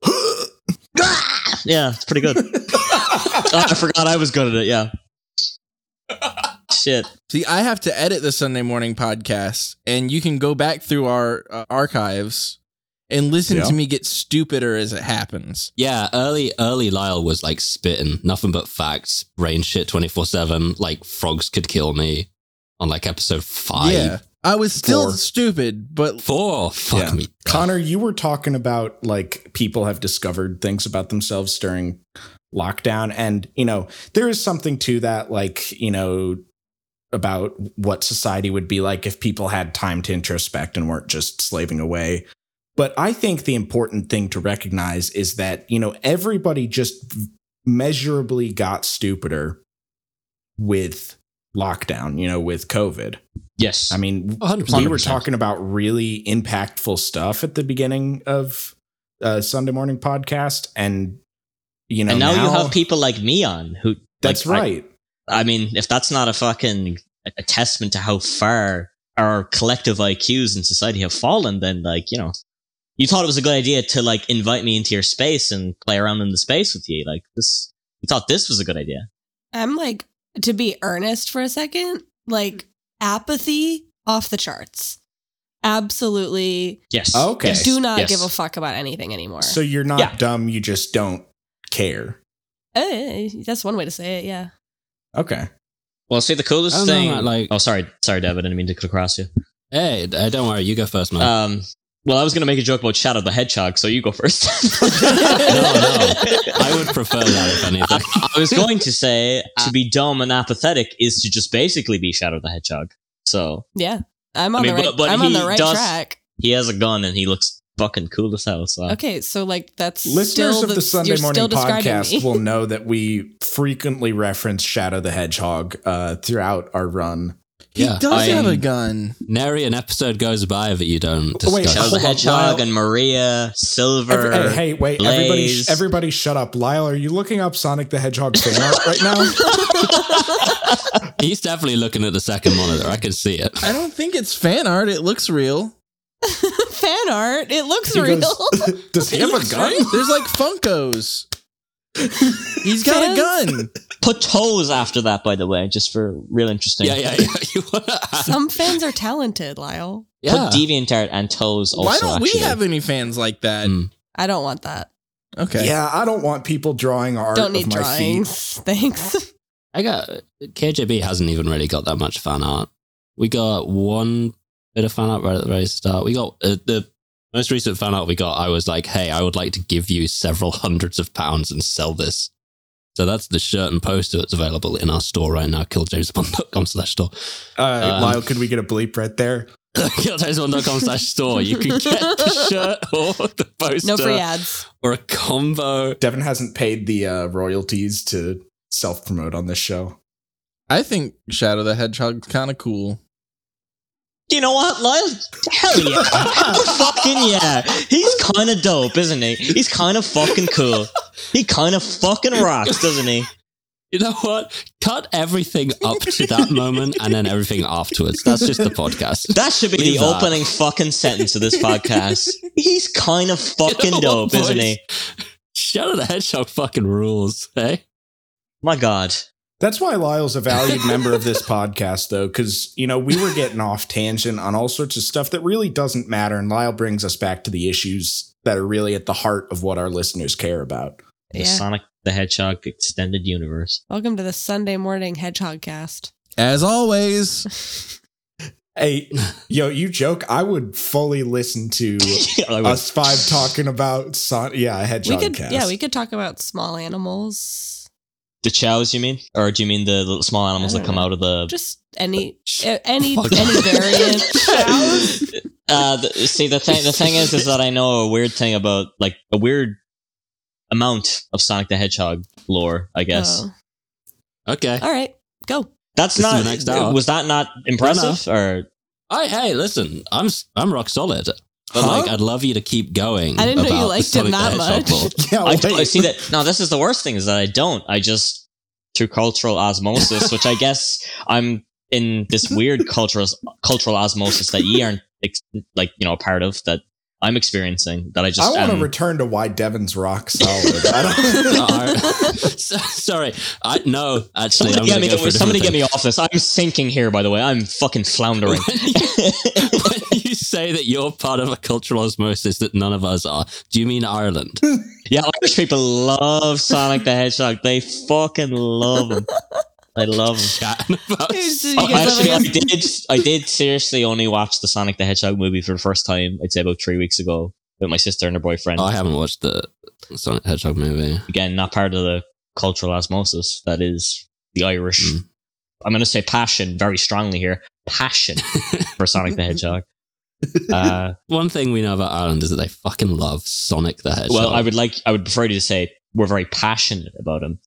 S4: Yeah, it's pretty good. Oh, I forgot I was good at it. Yeah. Shit.
S6: See, I have to edit the Sunday morning podcast, and you can go back through our uh, archives and listen
S2: Yeah.
S6: to me get stupider as it happens.
S3: Yeah, early early Lyle was like spitting nothing but facts, brain shit twenty four seven. Like frogs could kill me on like episode five,
S6: yeah, I was still
S2: Four.
S6: stupid, but
S3: four. Fuck
S6: Yeah.
S3: me,
S2: Connor, you were talking about like people have discovered things about themselves during lockdown. And, you know, there is something to that, like, you know, about what society would be like if people had time to introspect and weren't just slaving away. But I think the important thing to recognize is that, you know, everybody just measurably got stupider with lockdown, you know, with COVID.
S4: Yes.
S2: I mean,
S3: hundred
S2: we
S3: percent.
S2: were talking about really impactful stuff at the beginning of uh, Sunday morning podcast, and you know,
S4: and now, you have people like me on who.
S2: That's
S4: like, I-
S2: right.
S4: I mean, if that's not a fucking a testament to how far our collective IQs in society have fallen, then like you know, you thought it was a good idea to like invite me into your space and play around in the space with you. Like this, you thought this was a good idea.
S5: I'm like, to be earnest for a second, like apathy off the charts. Absolutely
S4: Yes.
S2: Okay.
S4: Yes.
S5: do not
S4: Yes.
S5: give a fuck about anything anymore.
S2: so you're not
S4: Yeah.
S2: dumb; you just don't care.
S5: Eh, that's one way to say it. Yeah.
S2: Okay.
S4: Well, see, the coolest
S3: I don't know,
S4: thing.
S3: man, like-
S4: oh, sorry, sorry, David, I didn't mean to cut across you.
S3: Hey, uh, don't worry, you go first, man.
S2: Uh,
S4: Um, well, I was going to make a joke about Shadow the Hedgehog, so you go first.
S3: I would prefer that if anything.
S4: I, I was going to say to be dumb and apathetic is to just basically be Shadow the Hedgehog. So
S5: Yeah. I'm on
S4: mean,
S5: the right,
S4: but- but
S5: I'm on
S4: he
S5: the right
S4: does-
S5: track.
S4: he has a gun and he looks fucking cool as hell. So
S5: Okay. So, like, that's
S2: Listeners
S5: still
S2: of the Sunday
S5: you're
S2: morning
S5: still describing me.
S2: podcast will know that we frequently reference Shadow the Hedgehog uh, throughout our run.
S6: he
S3: Yeah,
S6: does
S4: I
S6: have a
S4: am-
S6: gun.
S3: Nary an episode goes by that you don't
S2: Oh, wait,
S3: discuss.
S4: Shadow
S2: Hold
S4: the
S2: on,
S4: Hedgehog
S2: Lyle.
S4: and Maria Silver.
S2: Every- hey, hey, wait! Everybody,
S4: Blaze.
S2: sh- everybody, shut up! Lyle, are you looking up Sonic the Hedgehog fan art right now?
S3: He's definitely looking at the second monitor. I can see it.
S6: I don't think it's fan art. It looks real.
S5: Fan art. It looks
S2: He
S5: real.
S2: goes, Does he have a gun?
S6: There's like Funkos. He's got a gun.
S4: Put toes after that, by the way, just for real interesting.
S3: Yeah, yeah, yeah. You wanna add-
S5: Some fans are talented, Lyle.
S4: Put
S3: yeah.
S4: Deviantart and toes. Also,
S6: Why don't we
S4: actually.
S6: have any fans like that?
S3: Mm.
S5: I don't want that.
S6: Okay.
S2: Yeah, I don't want people drawing art
S5: don't need
S2: of my feet.
S5: drawings. Thanks.
S3: I got KJB hasn't even really got that much fan art. We got one bit of fan art right at the very start. We got uh, the most recent fan art we got. I was like, "Hey, I would like to give you several hundreds of pounds and sell this." So that's the shirt and poster that's available in our store right now. killjamespond.com slash store.
S2: Uh,
S3: Um,
S2: Lyle, could we get a bleep right there?
S3: killjamespond.com slash store. You can get the shirt or the poster
S5: No
S2: uh,
S5: free ads.
S3: or a combo.
S2: Devin hasn't paid the uh, royalties to self promote on this show.
S6: I think Shadow the Hedgehog's kind of cool.
S4: You know what, Lyle? Hell yeah. Hell fucking yeah. He's kind of dope, isn't he? He's kind of fucking cool. He kind of fucking rocks, doesn't he?
S3: You know what? Cut everything up to that moment and then everything afterwards. That's just the podcast.
S4: That should be
S3: Leave
S4: the
S3: that.
S4: opening fucking sentence of this podcast. He's kind of fucking
S3: You know what,
S4: dope, isn't
S3: boys?
S4: he?
S3: Shadow the Hedgehog fucking rules, hey?
S4: My God.
S2: That's why Lyle's a valued member of this podcast, though, because, you know, we were getting off tangent on all sorts of stuff that really doesn't matter. And Lyle brings us back to the issues that are really at the heart of what our listeners care about.
S4: The
S5: Yeah.
S4: Sonic the Hedgehog extended universe.
S5: Welcome to the Sunday morning hedgehog cast.
S6: As always,
S2: Hey, yo, you joke. I would fully listen to
S4: I would-
S2: us five talking about, Son- yeah, a
S5: we
S2: Hedgehog
S5: could
S2: cast.
S5: yeah, we could talk about small animals.
S4: the chows, you mean? Or do you mean the little small animals
S5: I
S4: that
S5: don't
S4: come out of the.
S5: Just any a- any
S3: Fuck.
S5: any variant. Chows?
S4: Uh, the, see, the thing, the thing is, is that I know a weird thing about, like, a weird amount of Sonic the Hedgehog lore, I guess.
S5: Oh.
S3: Okay.
S5: all right. Go.
S4: That's
S3: This is
S4: not.
S3: the next hour.
S4: Was that not impressive? Or
S3: I hey, listen, I'm s- I'm rock solid. But
S2: Huh?
S3: like I'd love you to keep going.
S5: I didn't know you
S3: about the
S5: liked
S3: Sonic
S5: him
S3: the
S5: that
S3: Hedgehog
S5: much.
S3: lore.
S2: yeah,
S4: I, don't- I
S2: wait.
S4: see that. No, this is the worst thing is that I don't. I just through cultural osmosis, which I guess I'm in this weird cultural cultural osmosis that you aren't ex- like you know a part of that. I'm experiencing that I just
S2: I want to
S4: am-
S2: return to why Devin's rock solid. I don't,
S3: Uh-huh. So- sorry, I no. Actually, I'm
S4: Yeah,
S3: gonna
S4: make
S3: go
S4: it-
S3: for a different
S4: somebody
S3: thing.
S4: get me off this. I'm sinking here, by the way. I'm fucking floundering.
S3: when you say that you're part of a cultural osmosis that none of us are, do you mean Ireland?
S4: yeah, Irish people love Sonic the Hedgehog. They fucking love him. I love him.
S3: Chatting about
S5: Is-
S3: Sonic.
S5: You guys
S4: Actually, I
S5: have
S4: did. I did seriously only watch the Sonic the Hedgehog movie for the first time. I'd say about three weeks ago with my sister and her boyfriend.
S3: Oh, I haven't watched the Sonic the Hedgehog movie.
S4: Again, not part of the cultural osmosis that is the Irish.
S3: Mm.
S4: I'm going to say passion very strongly here. Passion for Sonic the Hedgehog. Uh,
S3: One thing we know about Ireland is that they fucking love Sonic the Hedgehog.
S4: well, I would like. I would prefer you to say we're very passionate about him.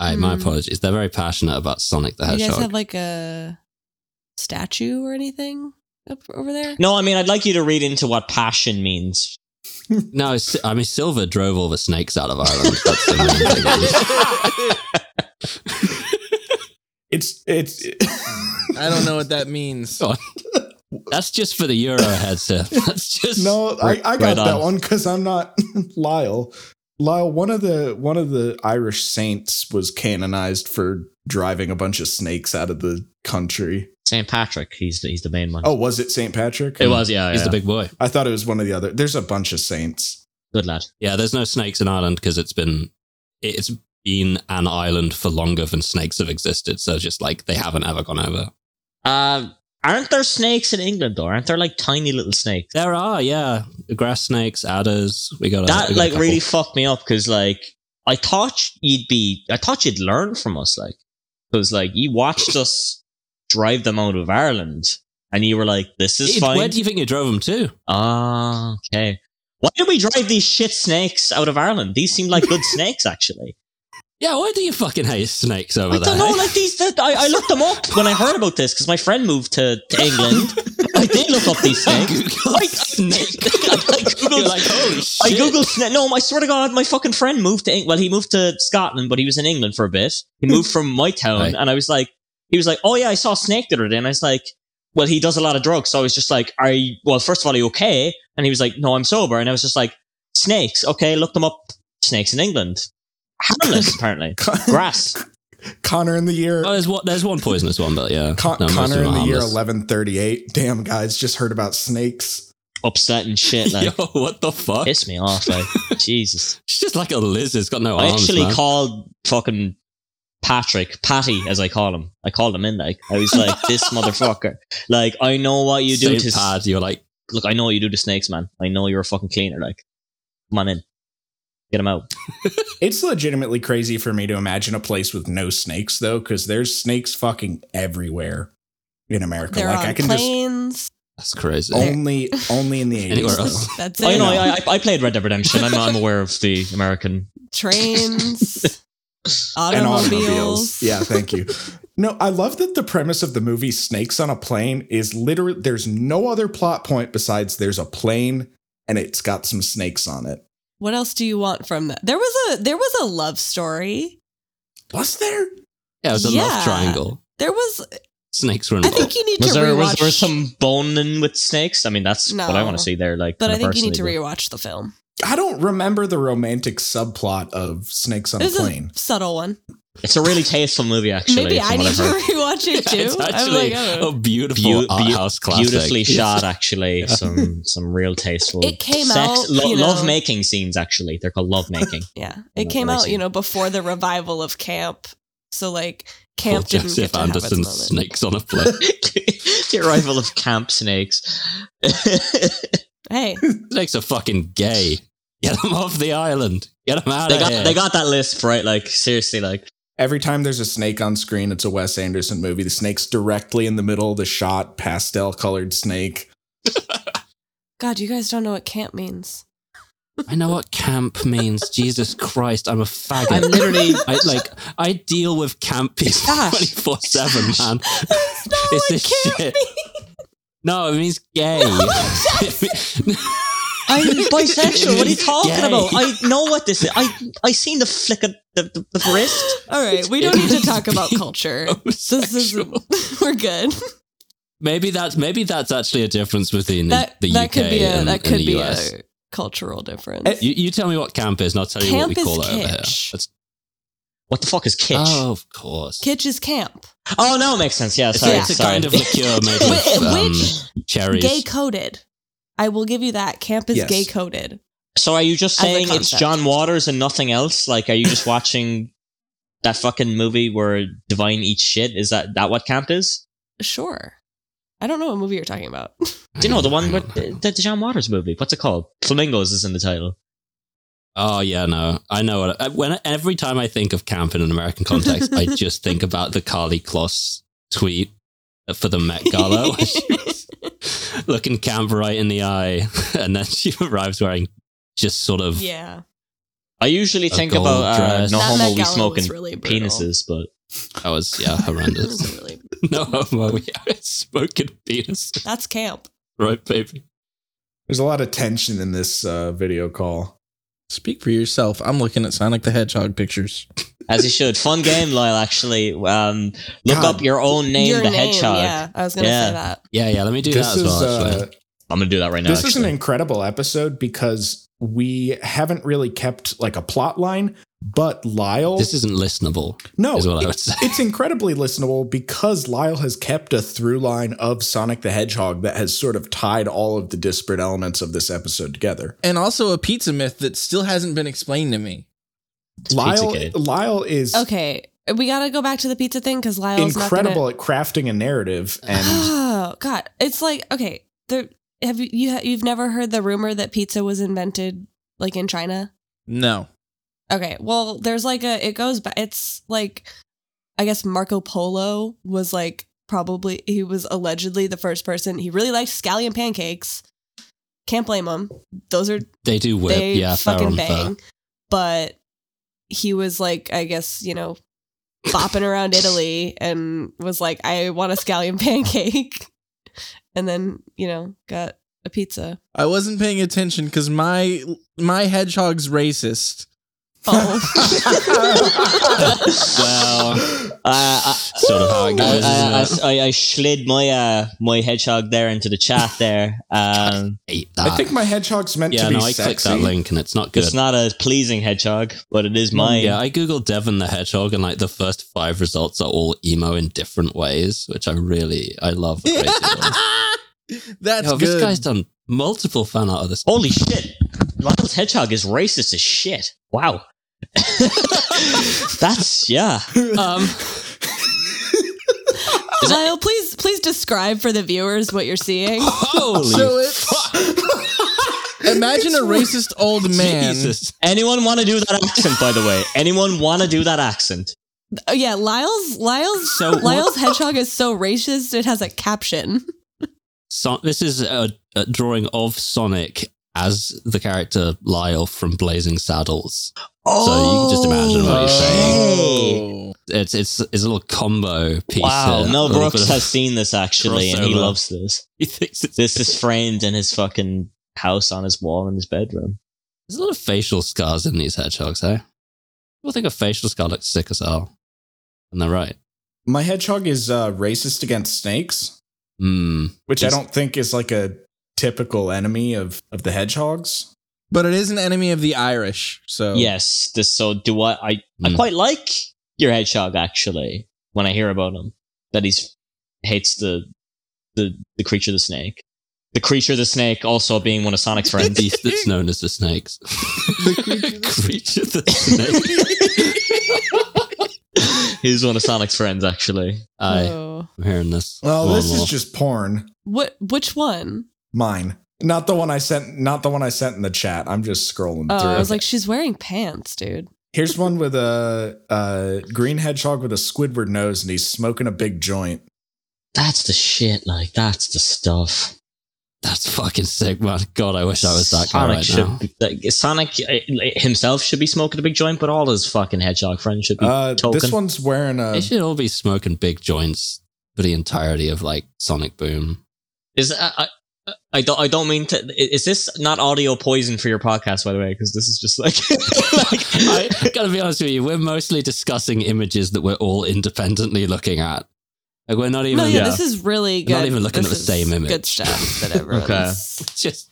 S3: I, my
S5: Hmm.
S3: apologies. They're very passionate about Sonic the
S5: you guys
S3: Hedgehog.
S5: have like a statue or anything up over there?
S4: No, I mean, I'd like you to read into what passion means.
S3: no, Si- I mean Silver drove all the snakes out of Ireland. That's the main thing.
S2: it's it's.
S6: I don't know what that means.
S3: That's just for the Euro head, sir. That's just
S2: No,
S4: Right-
S2: I, I
S4: right
S2: got that
S4: on.
S2: one because I'm not Lyle. Lyle, one of the one of the Irish saints was canonized for driving a bunch of snakes out of the country.
S4: St. Patrick. He's the, he's the main one.
S2: Oh, was it Saint Patrick?
S4: it was. Yeah,
S3: He's
S4: yeah.
S3: the big boy.
S2: I thought it was one of the other. There's a bunch of saints.
S4: good lad.
S3: Yeah, there's no snakes in Ireland because it's been it's been an island for longer than snakes have existed. So just like they haven't ever gone over.
S4: Uh, aren't there snakes in England though? Aren't there like tiny little snakes?
S3: There are, yeah, grass snakes, adders. We got a-
S4: that
S3: we got a
S4: like
S3: couple.
S4: really fucked me up because like I thought you'd be, I thought you'd learn from us, like because like you watched us drive them out of Ireland, and you were like, "This is
S3: It- Where
S4: fine."
S3: do you think you drove them to?
S4: Ah, okay. Why did we drive these shit snakes out of Ireland? These seem like good snakes, actually.
S3: Yeah, why do you fucking hate snakes over
S4: I
S3: there?
S4: don't know, like these. that- I, I looked them up when I heard about this because my friend moved to, to England. I did look up these
S3: I
S4: snakes.
S3: Googled
S4: I- I-
S3: snake.
S4: I Googled-
S3: You're like, holy
S4: I
S3: shit.
S4: googled sna- no. I swear to God, my fucking friend moved to Eng- well, he moved to Scotland, but he was in England for a bit. He moved from my town,
S3: Right.
S4: and I was like, he was like, oh yeah, I saw a snake the other day, and I was like, well, he does a lot of drugs, so I was just like, are you? Well, first of all, are you okay? And he was like, no, I'm sober, and I was just like, snakes, okay, look them up. Snakes in England, harmless apparently. Grass.
S2: Connor in the year.
S3: Oh, there's one, there's one poisonous one, but yeah.
S2: Con-
S3: No, most of
S2: Connor
S3: them
S2: in
S3: are
S2: the year
S3: harmless.
S2: 1138. Damn, guys, just heard about snakes.
S4: upset and shit. Like,
S3: Yo, what the fuck? It's
S4: piss me off. Like, Jesus.
S3: just like a lizard. It's got no
S5: Oh,
S4: I
S3: arms.
S4: actually
S3: man.
S4: called fucking Patrick, Patty, as I call him. I called him in. Like, I was like, this motherfucker. Like, I know what you do
S3: Saint
S4: to. s-
S3: Pad, You're like,
S4: Look, I know what you do to snakes, man. I know you're a fucking cleaner. Like, come on in. Get him out.
S2: It's legitimately crazy for me to imagine a place with no snakes, though, because there's snakes fucking everywhere in America.
S5: They're
S2: like
S5: on
S2: I can
S5: planes.
S3: that's crazy.
S2: just only only in the 80s.
S3: Anywhere
S2: though.
S3: else?
S5: That's it.
S4: I Oh. know. I, I, I played Red Dead Redemption. I'm, I'm aware of the American.
S5: Trains,
S2: and
S5: automobiles.
S2: automobiles. Yeah, thank you. No, I love that the premise of the movie Snakes on a Plane is literally there's no other plot point besides there's a plane and it's got some snakes on it.
S5: What else do you want from that? There was a there was a love story.
S2: Was there?
S3: Yeah, it was a
S5: Yeah.
S3: love triangle.
S5: There was.
S3: Snakes were
S5: I
S3: involved.
S5: think you need
S4: Was
S5: to
S4: there,
S5: rewatch.
S4: was there some boning with snakes? I mean, that's what I
S5: No.
S4: want to see there. Like,
S5: but
S4: kinda
S5: I think you need to
S4: personally,
S5: rewatch the film.
S2: I don't remember the romantic subplot of Snakes on a
S5: It was
S2: Plane.
S5: a subtle one.
S4: but It's a really tasteful movie, actually.
S5: Maybe
S4: from
S5: I
S4: what
S5: need
S4: I've
S5: to
S4: heard.
S5: rewatch it too.
S3: it's
S5: I'm
S3: actually
S5: like, oh.
S3: a beautiful
S4: Beau-
S3: art
S4: beau-
S3: house classic.
S4: Beautifully
S3: Yes.
S4: shot, actually. Some some real tasteful.
S5: It came out, you know-
S4: love making scenes. Actually, they're called love making.
S5: Yeah.
S4: Yeah,
S5: It came
S4: I
S5: out,
S4: see.
S5: you know, before the revival of camp. So like
S3: Paul
S5: camp didn't get
S3: Joseph
S5: to have its
S3: Anderson's
S5: moment.
S3: snakes on a plane.
S4: the arrival of camp snakes. they
S5: Hey,
S3: snakes are fucking gay. Get them off the island. Get them out of
S4: got
S3: here.
S4: they got that list right. Like seriously, like
S2: Every time there's a snake on screen, it's a Wes Anderson movie. The snake's directly in the middle of the shot, pastel colored snake.
S5: God, you guys don't know what camp means.
S3: I know what camp means. Jesus Christ, I'm a faggot.
S4: I'm literally.
S3: I like I deal with camp people
S5: Sash.
S3: twenty four seven, man.
S5: That's not
S3: It's
S5: what
S3: this
S5: camp
S3: shit.
S5: means.
S3: No, it means gay.
S4: I'm bisexual. What are you talking
S3: Yay.
S4: about? I know what this is. I I seen the flick of the, the, the wrist.
S5: All right, we don't need to talk about culture. This is
S3: Homosexual.
S5: we're good.
S3: Maybe that's maybe that's actually a difference within
S5: That,
S3: the, the
S5: that
S3: UK
S5: could be a
S3: and,
S5: that
S3: and
S5: could
S3: the
S5: be
S3: US.
S5: a cultural difference.
S3: You, you tell me what camp is, and I'll tell you what we
S5: Camp
S3: call
S5: is
S3: it over here.
S5: kitsch.
S3: That's-
S4: What the fuck is kitsch?
S3: oh, of course.
S5: Kitsch is camp.
S4: Oh no, makes sense. Yeah,
S3: It's,
S4: sorry.
S3: it's a
S4: sorry.
S3: kind of liqueur made with um,
S5: Which-
S3: cherries.
S5: Gay coded. I will give you that. Camp is
S2: Yes.
S5: gay coded.
S4: so are you just
S5: as a
S4: saying it's
S5: concept.
S4: John Waters and nothing else? Like, are you just watching that fucking movie where Divine eats shit? Is that that what camp is?
S5: Sure. I don't know what movie you're talking about.
S4: Do you know the one
S3: I
S4: with
S3: don't know.
S4: the, the John Waters movie? What's it called? Flamingos is in the title.
S3: Oh yeah, no, I know what. I- When every time I think of camp in an American context, I just think about the Carly Kloss tweet for the Met Gala, where she was looking camp right in the eye, and then she arrives wearing just sort of
S5: yeah.
S4: I usually
S3: A
S4: think
S3: gold
S4: about uh,
S3: dress.
S4: no
S5: That
S4: homo
S5: Met
S4: we
S5: Gala
S4: smoking
S5: was really brutal.
S4: penises, but
S3: that was
S5: That
S3: yeah
S5: was
S3: horrendous.
S5: really-
S3: no homo, yeah, smoking penis,
S5: that's camp.
S3: right, baby?
S2: There's a lot of tension in this uh, video call.
S6: Speak for yourself. I'm looking at Sonic the Hedgehog pictures.
S4: as you should. Fun game, Lyle. Actually, um, look
S2: God.
S4: up your own name,
S5: Your
S4: the
S5: name,
S4: Hedgehog.
S5: Yeah, I was gonna
S4: Yeah.
S5: say that.
S3: Yeah, yeah. Let me do
S2: this
S3: that as well.
S2: is
S3: actually.
S2: uh,
S4: I'm gonna do that right now.
S2: this is an
S4: actually.
S2: incredible episode because we haven't really kept like a plot line, but Lyle.
S3: this isn't listenable.
S2: no,
S3: is what I
S2: Oh, it-
S3: would say.
S2: it's incredibly listenable because Lyle has kept a through line of Sonic the Hedgehog that has sort of tied all of the disparate elements of this episode together.
S6: And also a pizza myth that still hasn't been explained to me.
S2: Lyle,
S4: Pizzagate.
S2: Lyle is
S5: Okay, we gotta go back to the pizza thing because Lyle's
S2: incredible
S5: Not
S2: at crafting a narrative,
S5: gonna...
S2: and
S5: oh God, it's like okay, there have you, you ha- you've never heard the rumor that pizza was invented like in China?
S6: No.
S5: Okay, well, there's like a it goes back. It's like I guess Marco Polo was like probably he was allegedly the first person. He really liked scallion pancakes. Can't blame him. Those are
S3: They do whip.
S5: they
S3: yeah, fair
S5: fucking
S3: on fair.
S5: bang. But he was like, I guess you know, bopping around Italy and was like, I want a scallion pancake, and then you know got a pizza.
S6: I wasn't paying attention because my my hedgehog's racist.
S5: Oh.
S3: Well,
S4: Uh, I-
S3: sort of how it
S4: I,
S3: goes.
S4: I-
S3: isn't it?
S4: I, I, I slid my uh, my hedgehog there into the chat there. Um,
S3: hate that.
S2: I think my hedgehog's meant
S3: yeah,
S2: to be
S3: no, I clicked
S2: sexy.
S3: that link and it's not good. Oh,
S4: it's not a pleasing hedgehog, but it is mine.
S3: Yeah, I googled Devon the Hedgehog and like the first five results are all emo in different ways, which I really I love. A great deal.
S6: That's
S3: Yo,
S6: good.
S3: this guy's done multiple fan art of
S2: Oh,
S3: this.
S4: Holy shit! Lyle's hedgehog is racist as shit. Wow. That's yeah.
S3: Um,
S5: Lyle, please please describe for the viewers what you're seeing. Oh,
S3: holy
S6: so it's imagine a racist old man.
S3: Jesus.
S4: Anyone want to do that accent? By the way, anyone want to do that accent?
S5: Oh yeah, Lyle's Lyle's
S3: So what-
S5: Lyle's hedgehog is so racist it has a caption.
S3: So, this is a, a drawing of Sonic as the character Lyle from Blazing Saddles. So you can just imagine what he's
S4: saying.
S6: Oh.
S3: It's it's it's a little combo piece.
S4: Wow,
S3: here. A
S4: Mel
S3: little bit
S4: Brooks
S3: of-
S4: has seen this actually, and he
S3: crossover.
S4: loves this.
S3: He thinks it's
S4: This is framed in his fucking house on his wall in his bedroom.
S3: There's a lot of facial scars in these hedgehogs, eh? People think a facial scar looks sick as hell. And they're right.
S2: My hedgehog is uh, racist against snakes.
S3: Hmm.
S2: which
S3: Is-
S2: I don't think is like a typical enemy of of the hedgehogs.
S6: But it is an enemy of the Irish. So
S4: Yes, this. So do I? I, I
S3: Mm.
S4: quite like your hedgehog actually. When I hear about him, that he's hates the the the creature, the snake. The creature, the snake, also being one of Sonic's
S3: The
S4: friends.
S3: beast that's known as the snakes.
S6: creature that-
S3: creature that snake.
S4: He's one of Sonic's friends, actually.
S3: Aye,
S5: Oh.
S3: I'm hearing this.
S2: Well,
S3: more
S2: this
S3: and
S2: is
S3: more.
S2: just porn.
S5: What which one?
S2: Mine, not the one I sent. Not the one I sent in the chat. I'm just scrolling
S5: Oh,
S2: through.
S5: I was like, she's wearing pants, dude.
S2: Here's one with a, a green hedgehog with a Squidward nose, and he's smoking a big joint.
S4: That's the shit. Like that's the stuff.
S3: That's fucking sick, man. God, I wish I was that guy
S4: Sonic
S3: right
S4: should
S3: now.
S4: Be, like, Sonic uh, himself should be smoking a big joint, but all his fucking hedgehog friends should be
S2: Uh,
S4: token.
S2: this one's wearing a.
S3: They should all be smoking big joints for the entirety of like Sonic Boom.
S4: Is I, I, I don't I don't mean to. Is this not audio poison for your podcast? By the way, because this is just like,
S3: I,
S4: like
S3: I gotta be honest with you, we're mostly discussing images that we're all independently looking at. Like we're not even.
S5: no, yeah,
S4: yeah.
S5: this is really good.
S3: Not even looking at
S5: This
S3: the
S5: is
S3: same image.
S5: Good stuff that everyone's.
S3: It's just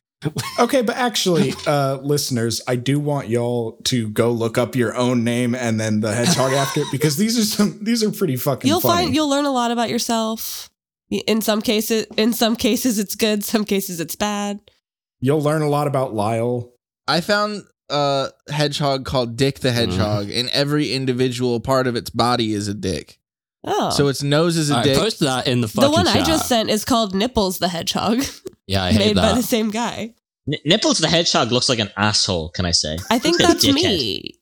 S2: Okay, but actually, uh, listeners, I do want y'all to go look up your own name and then the hedgehog after it because these are some these are pretty fucking.
S5: You'll
S2: funny.
S5: find you'll learn a lot about yourself. In some cases, in some cases it's good. Some cases it's bad.
S2: You'll learn a lot about Lyle.
S6: I found a hedgehog called Dick the
S3: Mm-hmm.
S6: Hedgehog, and every individual part of its body is a dick.
S5: Oh,
S6: So its nose is a
S3: I
S6: dick.
S3: post that in the fucking
S5: the one I
S3: chat.
S5: just sent is called Nipples the Hedgehog,
S3: Yeah, I hate
S5: made by
S3: that.
S5: the same guy.
S4: N- Nipples the Hedgehog looks like an asshole, can I say?
S5: I think
S4: Looks like
S5: that's
S4: a dickhead.
S5: me.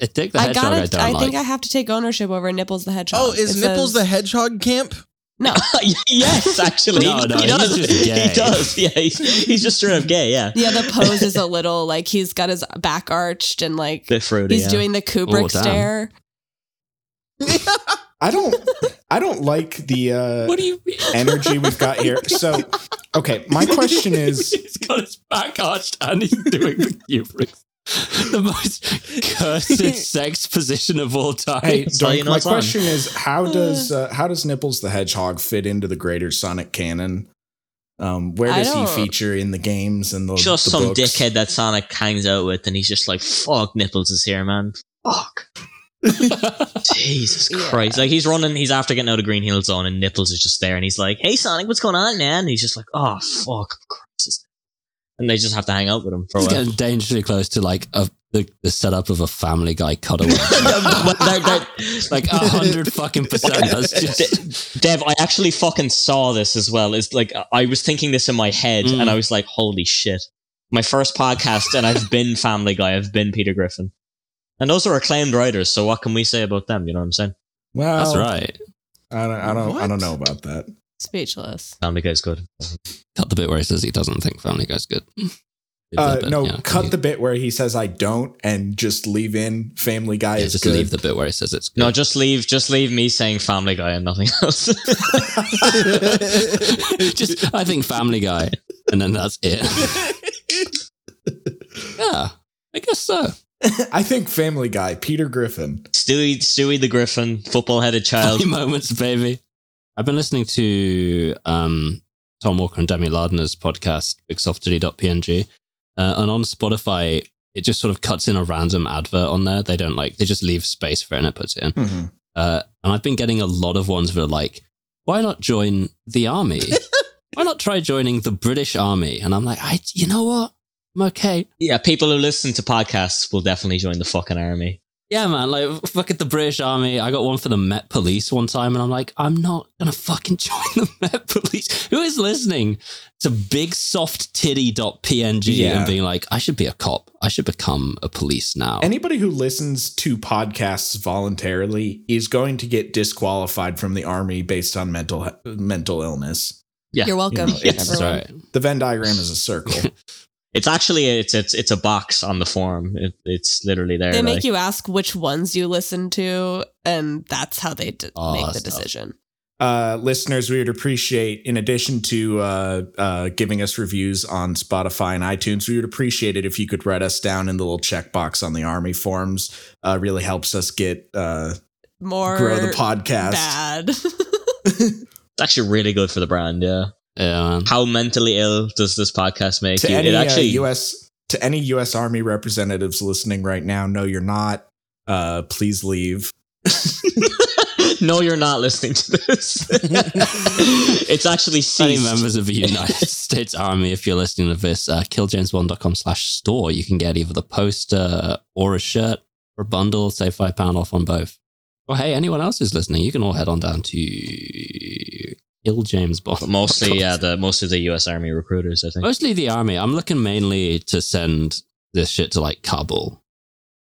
S3: I think the
S5: I
S3: hedgehog I,
S5: gotta.
S3: don't
S5: I,
S3: like.
S5: think I have to take ownership over Nipples the Hedgehog.
S6: oh, is
S5: It
S6: nipples
S5: says-
S6: the hedgehog camp?
S5: no?
S4: yes, actually.
S3: No, no,
S4: he
S3: he's
S4: does.
S3: just gay.
S4: He does. Yeah, he's, he's just straight up gay, yeah.
S5: Yeah, the pose is a little like he's got his back arched and like
S4: Bit fruity.
S5: he's
S4: yeah.
S5: doing the Kubrick
S3: Oh, damn.
S5: stare.
S2: I don't I don't like the uh,
S3: what do you mean?
S2: energy we've got here. So, okay, my question is
S3: he's got his back arched and he's doing the hubris. The most cursed sex position of all time.
S2: Hey,
S4: That's how
S2: Dork,
S4: you know
S2: my
S4: it's on.
S2: question is how does uh, how does Nipples the Hedgehog fit into the greater Sonic canon? Um, where
S5: I
S2: does he
S5: don't-
S2: feature in the games and the
S4: just
S2: the
S4: some
S2: books?
S4: dickhead that Sonic hangs out with, and he's just like, "Fuck, nipples is here, man. Fuck." Jesus
S5: Yeah.
S4: Christ! Like he's running, he's after getting out of Green Hill Zone, and Nipples is just there, and he's like, "Hey, Sonic, what's going on, man?" And he's just like, "Oh, fuck, Christ." And they just have to hang out with him for a
S3: It's
S4: while.
S3: getting dangerously close to like a, the, the setup of a Family Guy cutaway.
S4: But they're- they're-
S3: like uh, a hundred fucking percent. That's just
S4: Dev, I actually fucking saw this as well. It's like I was thinking this in my head,
S3: Mm.
S4: and I was like, "Holy shit!" My first podcast, and I've been Family Guy, I've been Peter Griffin, and those are acclaimed writers. So what can we say about them? You know what I'm saying?
S2: Well,
S3: that's right.
S2: I don't I don't I
S6: What?
S2: don't know about that.
S5: Speechless.
S4: Family Guy's good.
S3: Cut the bit where he says he doesn't think Family Guy's good.
S2: Uh, no, cut
S3: the.
S2: the bit where he says I don't and just leave in Family Guy
S3: Yeah,
S2: is
S3: just
S2: good.
S3: leave the bit where it says it's good.
S4: No, just leave. Just leave me saying Family Guy and nothing else.
S3: just I think Family Guy, and then that's it. yeah, I guess so.
S2: I think Family Guy, Peter Griffin.
S4: Stewie, Stewie the Griffin, football-headed child.
S3: Funny moments, baby. I've been listening to um, Tom Walker and Demi Lardner's podcast, BigSoftity.png, uh, and on Spotify, it just sort of cuts in a random advert on there. They don't like they just leave space for it and it puts it in. Uh, and I've been getting a lot of ones that are like, why not join the army? why not try joining the British army? And I'm like, I, you know what? I'm okay.
S4: Yeah, people who listen to podcasts will definitely join the fucking army.
S3: Yeah, man. Like, fuck it, the British army. I got one for the Met Police one time, and I'm like, I'm not gonna fucking join the Met Police. Who is listening to bigsofttitty.png
S2: Yeah.
S3: and being like, I should be a cop. I should become a police now.
S2: Anybody who listens to podcasts voluntarily is going to get disqualified from the army based on mental mental illness.
S4: Yeah.
S5: You're welcome.
S2: Yeah,
S4: Yes.
S3: that's
S5: everyone.
S3: right.
S2: The Venn diagram is a circle.
S4: It's actually it's it's it's a box on the form. It, it's literally there.
S5: They
S4: like-
S5: make you ask which ones you listen to, and that's how they d-
S3: Oh,
S5: make the
S3: that's tough.
S5: decision.
S2: uh, listeners, we would appreciate, in addition to uh, uh, giving us reviews on Spotify and iTunes, we would appreciate it if you could write us down in the little checkbox on the Army forms. Uh, really helps us get uh,
S5: More
S2: grow the podcast.
S5: bad.
S4: it's actually really good for the brand. Yeah.
S3: Yeah, man.
S4: How mentally ill does this podcast make
S2: to
S4: you?
S2: any
S4: it
S2: uh,
S4: actually
S2: U.S. to any U.S. Army representatives listening right now. No, you're not. Uh, please leave.
S4: no, you're not listening to this. it's actually
S3: Any
S4: ceased.
S3: members of the United States Army, if you're listening to this, uh, killjames1.com slash store. You can get either the poster or a shirt or a bundle, save £5 pound off on both. Or hey, anyone else who's listening, you can all head on down to
S4: But
S3: killjamesbond.
S4: mostly, yeah, the mostly the U.S. Army recruiters. I think.
S3: Mostly the Army. I'm looking mainly to send this shit to like Kabul.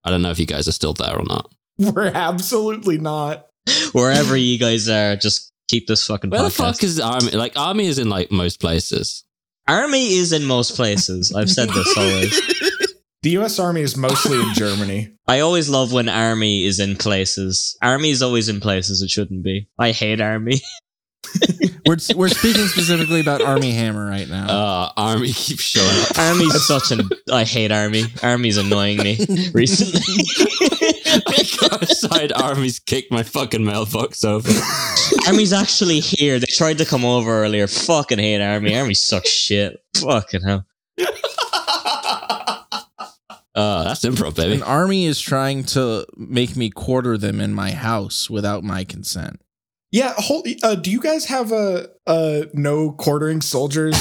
S3: I don't know if you guys are still there or not.
S2: We're absolutely not.
S4: Wherever you guys are, just keep this fucking
S3: Where the
S4: podcast.
S3: fuck is Army? Like, Army is in like most places.
S4: Army is in most places. I've said this always.
S2: The U.S. Army is mostly in Germany.
S4: I always love when army is in places. Army is always in places it shouldn't be. I hate army.
S6: We're we're speaking specifically about Army Hammer right now.
S3: Uh, Army keeps showing up. Uh,
S4: Army's such an I hate army. Army's annoying me recently.
S3: I go outside, Army's kicked my fucking mailbox over.
S4: Army's actually here. They tried to come over earlier. Fucking hate Army. Army sucks shit. Fucking hell.
S3: Oh, that's improv,
S6: An
S3: baby.
S6: army is trying to make me quarter them in my house without my consent.
S2: Yeah, whole, uh, do you guys have a, a no quartering soldiers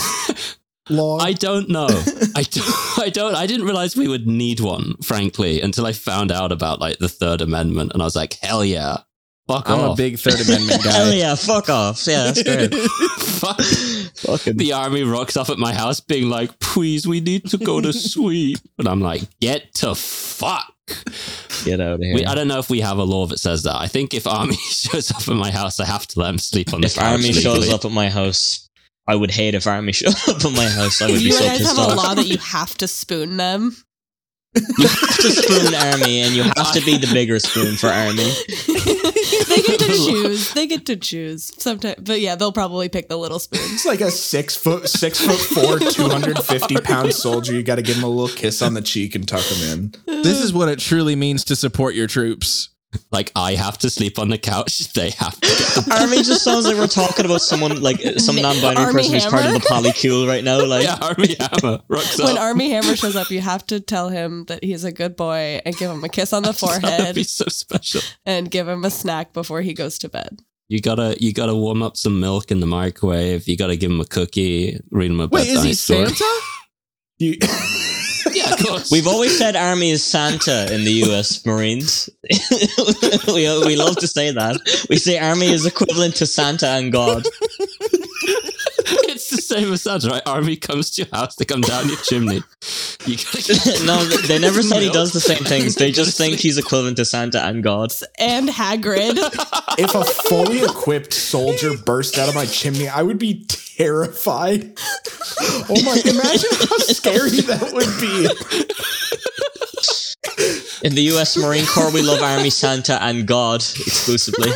S2: law?
S3: I don't know. I don't, I don't. I didn't realize we would need one, frankly, until I found out about like the Third Amendment, and I was like, hell yeah, fuck
S6: I'm
S3: off.
S6: a big Third Amendment
S4: Hell
S6: guy.
S4: yeah, fuck off. Yeah, that's great.
S3: Fuck.
S4: Fucking
S3: The army rocks up at my house, being like, "Please, we need to go to sleep," and I'm like, "Get to fuck."
S4: get out of here.
S3: We, I don't know if we have a law that says that. I think if army shows up at my house, I have to let him sleep on the
S4: if
S3: couch.
S4: Army shows
S3: legally.
S4: up at my house, I would hate if Army showed up at my house. I would be
S5: you
S4: so
S5: guys have
S4: pissed
S5: a
S4: off.
S5: law that you have to spoon them.
S4: You have to spoon Army, and you have to be the bigger spoon for Army.
S5: they get to choose. They get to choose sometimes, but yeah, they'll probably pick the little spoon.
S2: it's like a six foot, six foot four, two hundred fifty pound soldier. You got to give him a little kiss on the cheek and tuck him in.
S6: This is what it truly means to support your troops.
S3: like I have to sleep on the couch, they have to get the
S4: Army just sounds like we're talking about someone like some non-binary
S5: Army
S4: person who's part of the polycule right now. Like,
S3: yeah, army hammer. Rocks
S5: When
S3: up.
S5: Army Hammer shows up, you have to tell him that he's a good boy and give him a kiss on the
S3: That would
S5: forehead
S3: be so special.
S5: and give him a snack before he goes to bed.
S3: You gotta you gotta warm up some milk in the microwave. You gotta give him a cookie. Read him a
S6: Wait,
S3: bedtime
S6: is he
S3: story.
S6: Santa?
S2: You,
S3: Yeah, of course.
S4: we've always said Army is Santa in the U.S. Marines. we we love to say that. We say Army is equivalent to Santa and God.
S3: it's the same as Santa, right? Army comes to your house, they come down your chimney. You gotta give
S4: no, they never said he
S3: milk.
S4: does the same things. They just think he's equivalent to Santa and God.
S5: And Hagrid.
S2: if a fully equipped soldier burst out of my chimney, I would be terrified. Oh my! Imagine how scary that would be.
S4: In the U.S. Marine Corps, we love Army, Santa, and God exclusively,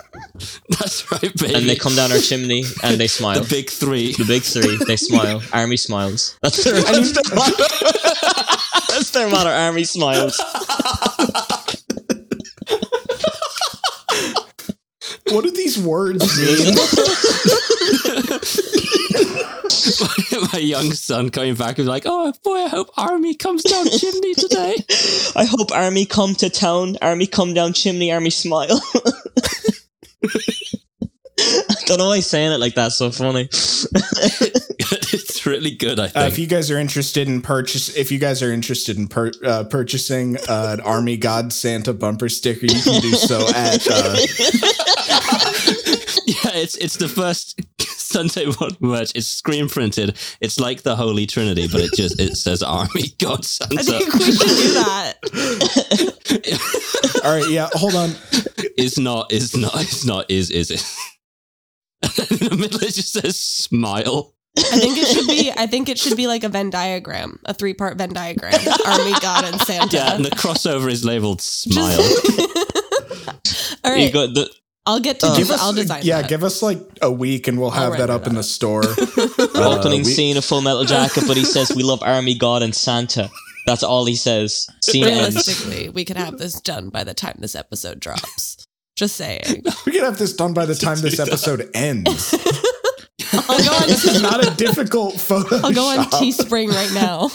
S3: That's right, baby.
S4: and they come down our chimney and they smile.
S3: the big three.
S4: The big three, they smile. Army smiles. That's their, that's their motto. that's their motto. Army smiles.
S2: What do these words mean?
S3: my, my young son coming back was like, "Oh boy, I hope Army comes down chimney today."
S4: I hope Army come to town. Army come down chimney. Army smile. I don't know why he's saying it like that. So funny.
S3: it's really good. I
S2: Uh,
S3: think.
S2: if you guys are interested in purchase, if you guys are interested in per, uh, purchasing uh, an Army God Santa bumper sticker, you can do so at uh,
S3: yeah, it's it's the first Sunday morning merch. It's screen printed. It's like the Holy Trinity, but it just it says Army God
S5: I think
S3: Santa
S5: we should do that.
S2: All right, yeah, hold on.
S3: is not is not is not is is it. And in the middle, it just says smile.
S5: I think it should be. I think it should be like a Venn diagram, a three part Venn diagram. Army, God, and Santa.
S3: Yeah, and the crossover is labeled smile.
S5: Just- All
S4: You
S5: right,
S4: got the
S5: I'll get to.
S2: Give us,
S5: I'll design.
S2: Uh, yeah,
S5: that.
S2: give us like a week, and we'll have
S5: write
S2: that
S5: it
S2: up in the store. Uh,
S4: opening
S2: we-
S4: scene of Full Metal Jacket, but he says, "We love Army, God, and Santa." That's all he says. Scene ends.
S5: Realistically, we could have this done by the time this episode drops. Just saying.
S2: We can have this done by the time this episode ends.
S5: I'll go on.
S2: This is not a difficult photo.
S5: I'll go on Teespring right now.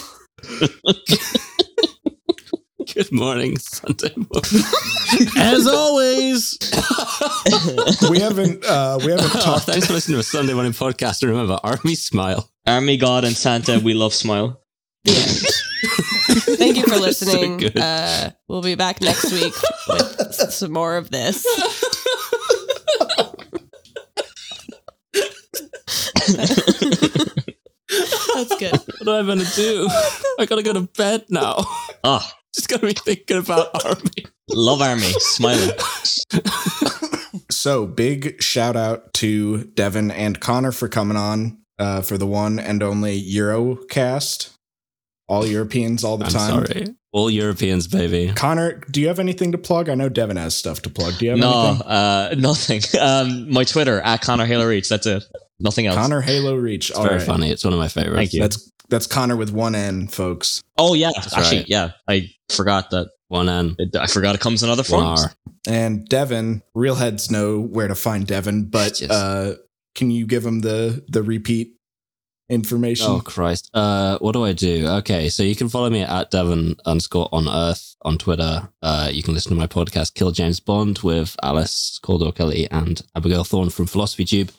S3: Good morning, Sunday morning.
S6: As always,
S2: We haven't uh, we haven't
S3: Oh,
S2: talked.
S3: thanks for listening to a Sunday morning podcast. And remember, Army smile.
S4: Army, God, and Santa. We love smile.
S5: The end. Thank you for
S3: That's so
S5: listening.
S3: good.
S5: uh, we'll be back next week with s- some more of this. That's good.
S3: What am I gonna do? I gotta go to bed now.
S4: Ah,
S3: Just gotta be thinking about Army.
S4: love Army. Smile.
S2: So big shout out to Devin and Connor for coming on uh, for the one and only Eurocast. All Europeans, all the
S3: I'm
S2: time.
S3: sorry. All Europeans, baby.
S2: Connor, do you have anything to plug? I know Devin has stuff to plug. Do you have
S4: No,
S2: anything?
S4: uh, nothing. Um, my Twitter at Connor Halo Reach. That's it. Nothing else.
S2: Connor Halo Reach.
S3: It's
S2: All
S3: very
S2: right.
S3: funny. It's one of my favorites.
S4: Thank you.
S2: That's that's Connor with one N, folks.
S4: Oh yeah, actually,
S3: right.
S4: yeah. I forgot that.
S3: One N.
S4: It, I forgot it comes in other
S3: One
S4: forms.
S3: R.
S2: And Devin, real heads know where to find Devin, but
S3: Yes.
S2: uh, can you give him the the repeat information?
S3: Oh Christ. Uh, what do I do? Okay, so you can follow me at Devon underscore on Earth on Twitter. Uh, you can listen to my podcast Kill James Bond with Alice Caldwell Kelly and Abigail Thorne from Philosophy Tube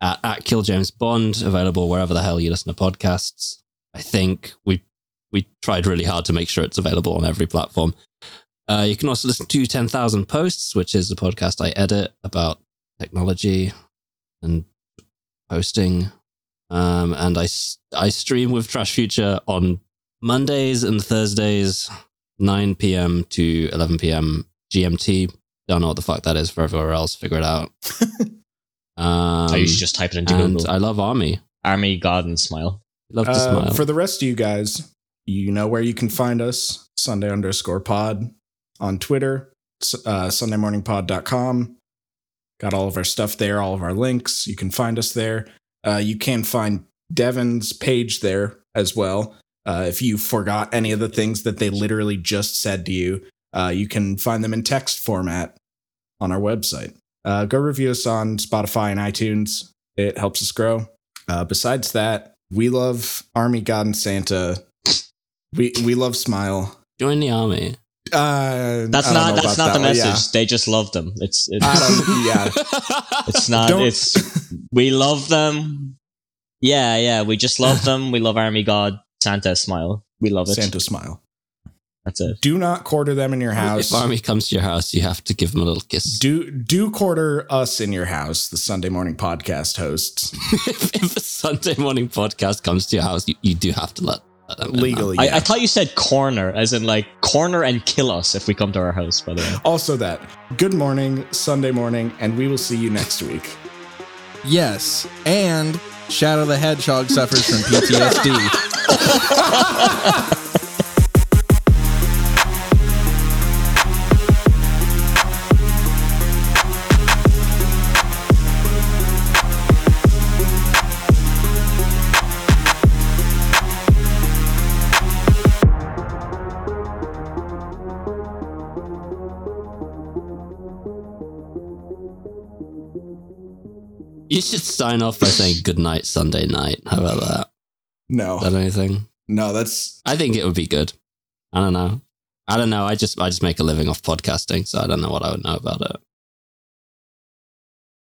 S3: at, at Kill James Bond, available wherever the hell you listen to podcasts. I think we we tried really hard to make sure it's available on every platform. Uh, you can also listen to 10,000 Posts, which is the podcast I edit about technology and posting um, and I s- I stream with Trash Future on Mondays and Thursdays, 9 p.m. to 11 p.m. GMT. Don't know what the fuck that is for everywhere else. Figure it out. um,
S4: I usually just type it into
S3: and
S4: Google.
S3: I love Army.
S4: Army, God, and Smile.
S3: Love to
S2: Uh,
S3: smile.
S2: For the rest of you guys, you know where you can find us Sunday underscore pod on Twitter, s- uh, SundayMorningPod.com. Got all of our stuff there, all of our links. You can find us there. Uh, you can find Devin's page there as well. Uh, if you forgot any of the things that they literally just said to you, uh, you can find them in text format on our website. Uh, go review us on Spotify and iTunes. It helps us grow. Uh, besides that, we love Army God and Santa. We we love Smile.
S3: Join the Army.
S2: Uh,
S4: That's
S2: I don't
S4: not.
S2: know
S4: That's
S2: about
S4: not
S2: that
S4: the
S2: one.
S4: message. They just love them. It's. it's
S2: Yeah. I don't,
S4: It's not.
S2: Don't-
S4: It's we love them. Yeah, yeah. We just love them. We love Army God, Santa smile. We love
S2: yeah,
S4: it.
S2: Santa Smile.
S4: That's it.
S2: Do not quarter them in your house.
S3: If Army comes to your house, you have to give them a little kiss.
S2: Do do quarter us in your house, the Sunday morning podcast hosts,
S3: if, if a Sunday morning podcast comes to your house, you, you do have to let, let them in now.
S2: legally.
S4: I,
S2: yeah.
S4: I thought you said corner, as in like corner and kill us if we come to our house. By the way,
S2: also, that good morning, Sunday morning, and we will see you next week.
S6: Yes. And Shadow the Hedgehog suffers from PTSD.
S3: You should sign off by saying good night Sunday night. How about that? Is
S2: No,
S3: that anything?
S2: no, that's
S3: I think it would be good. I don't know. I don't know. I just I just make a living off podcasting, so I don't know what I would know about it.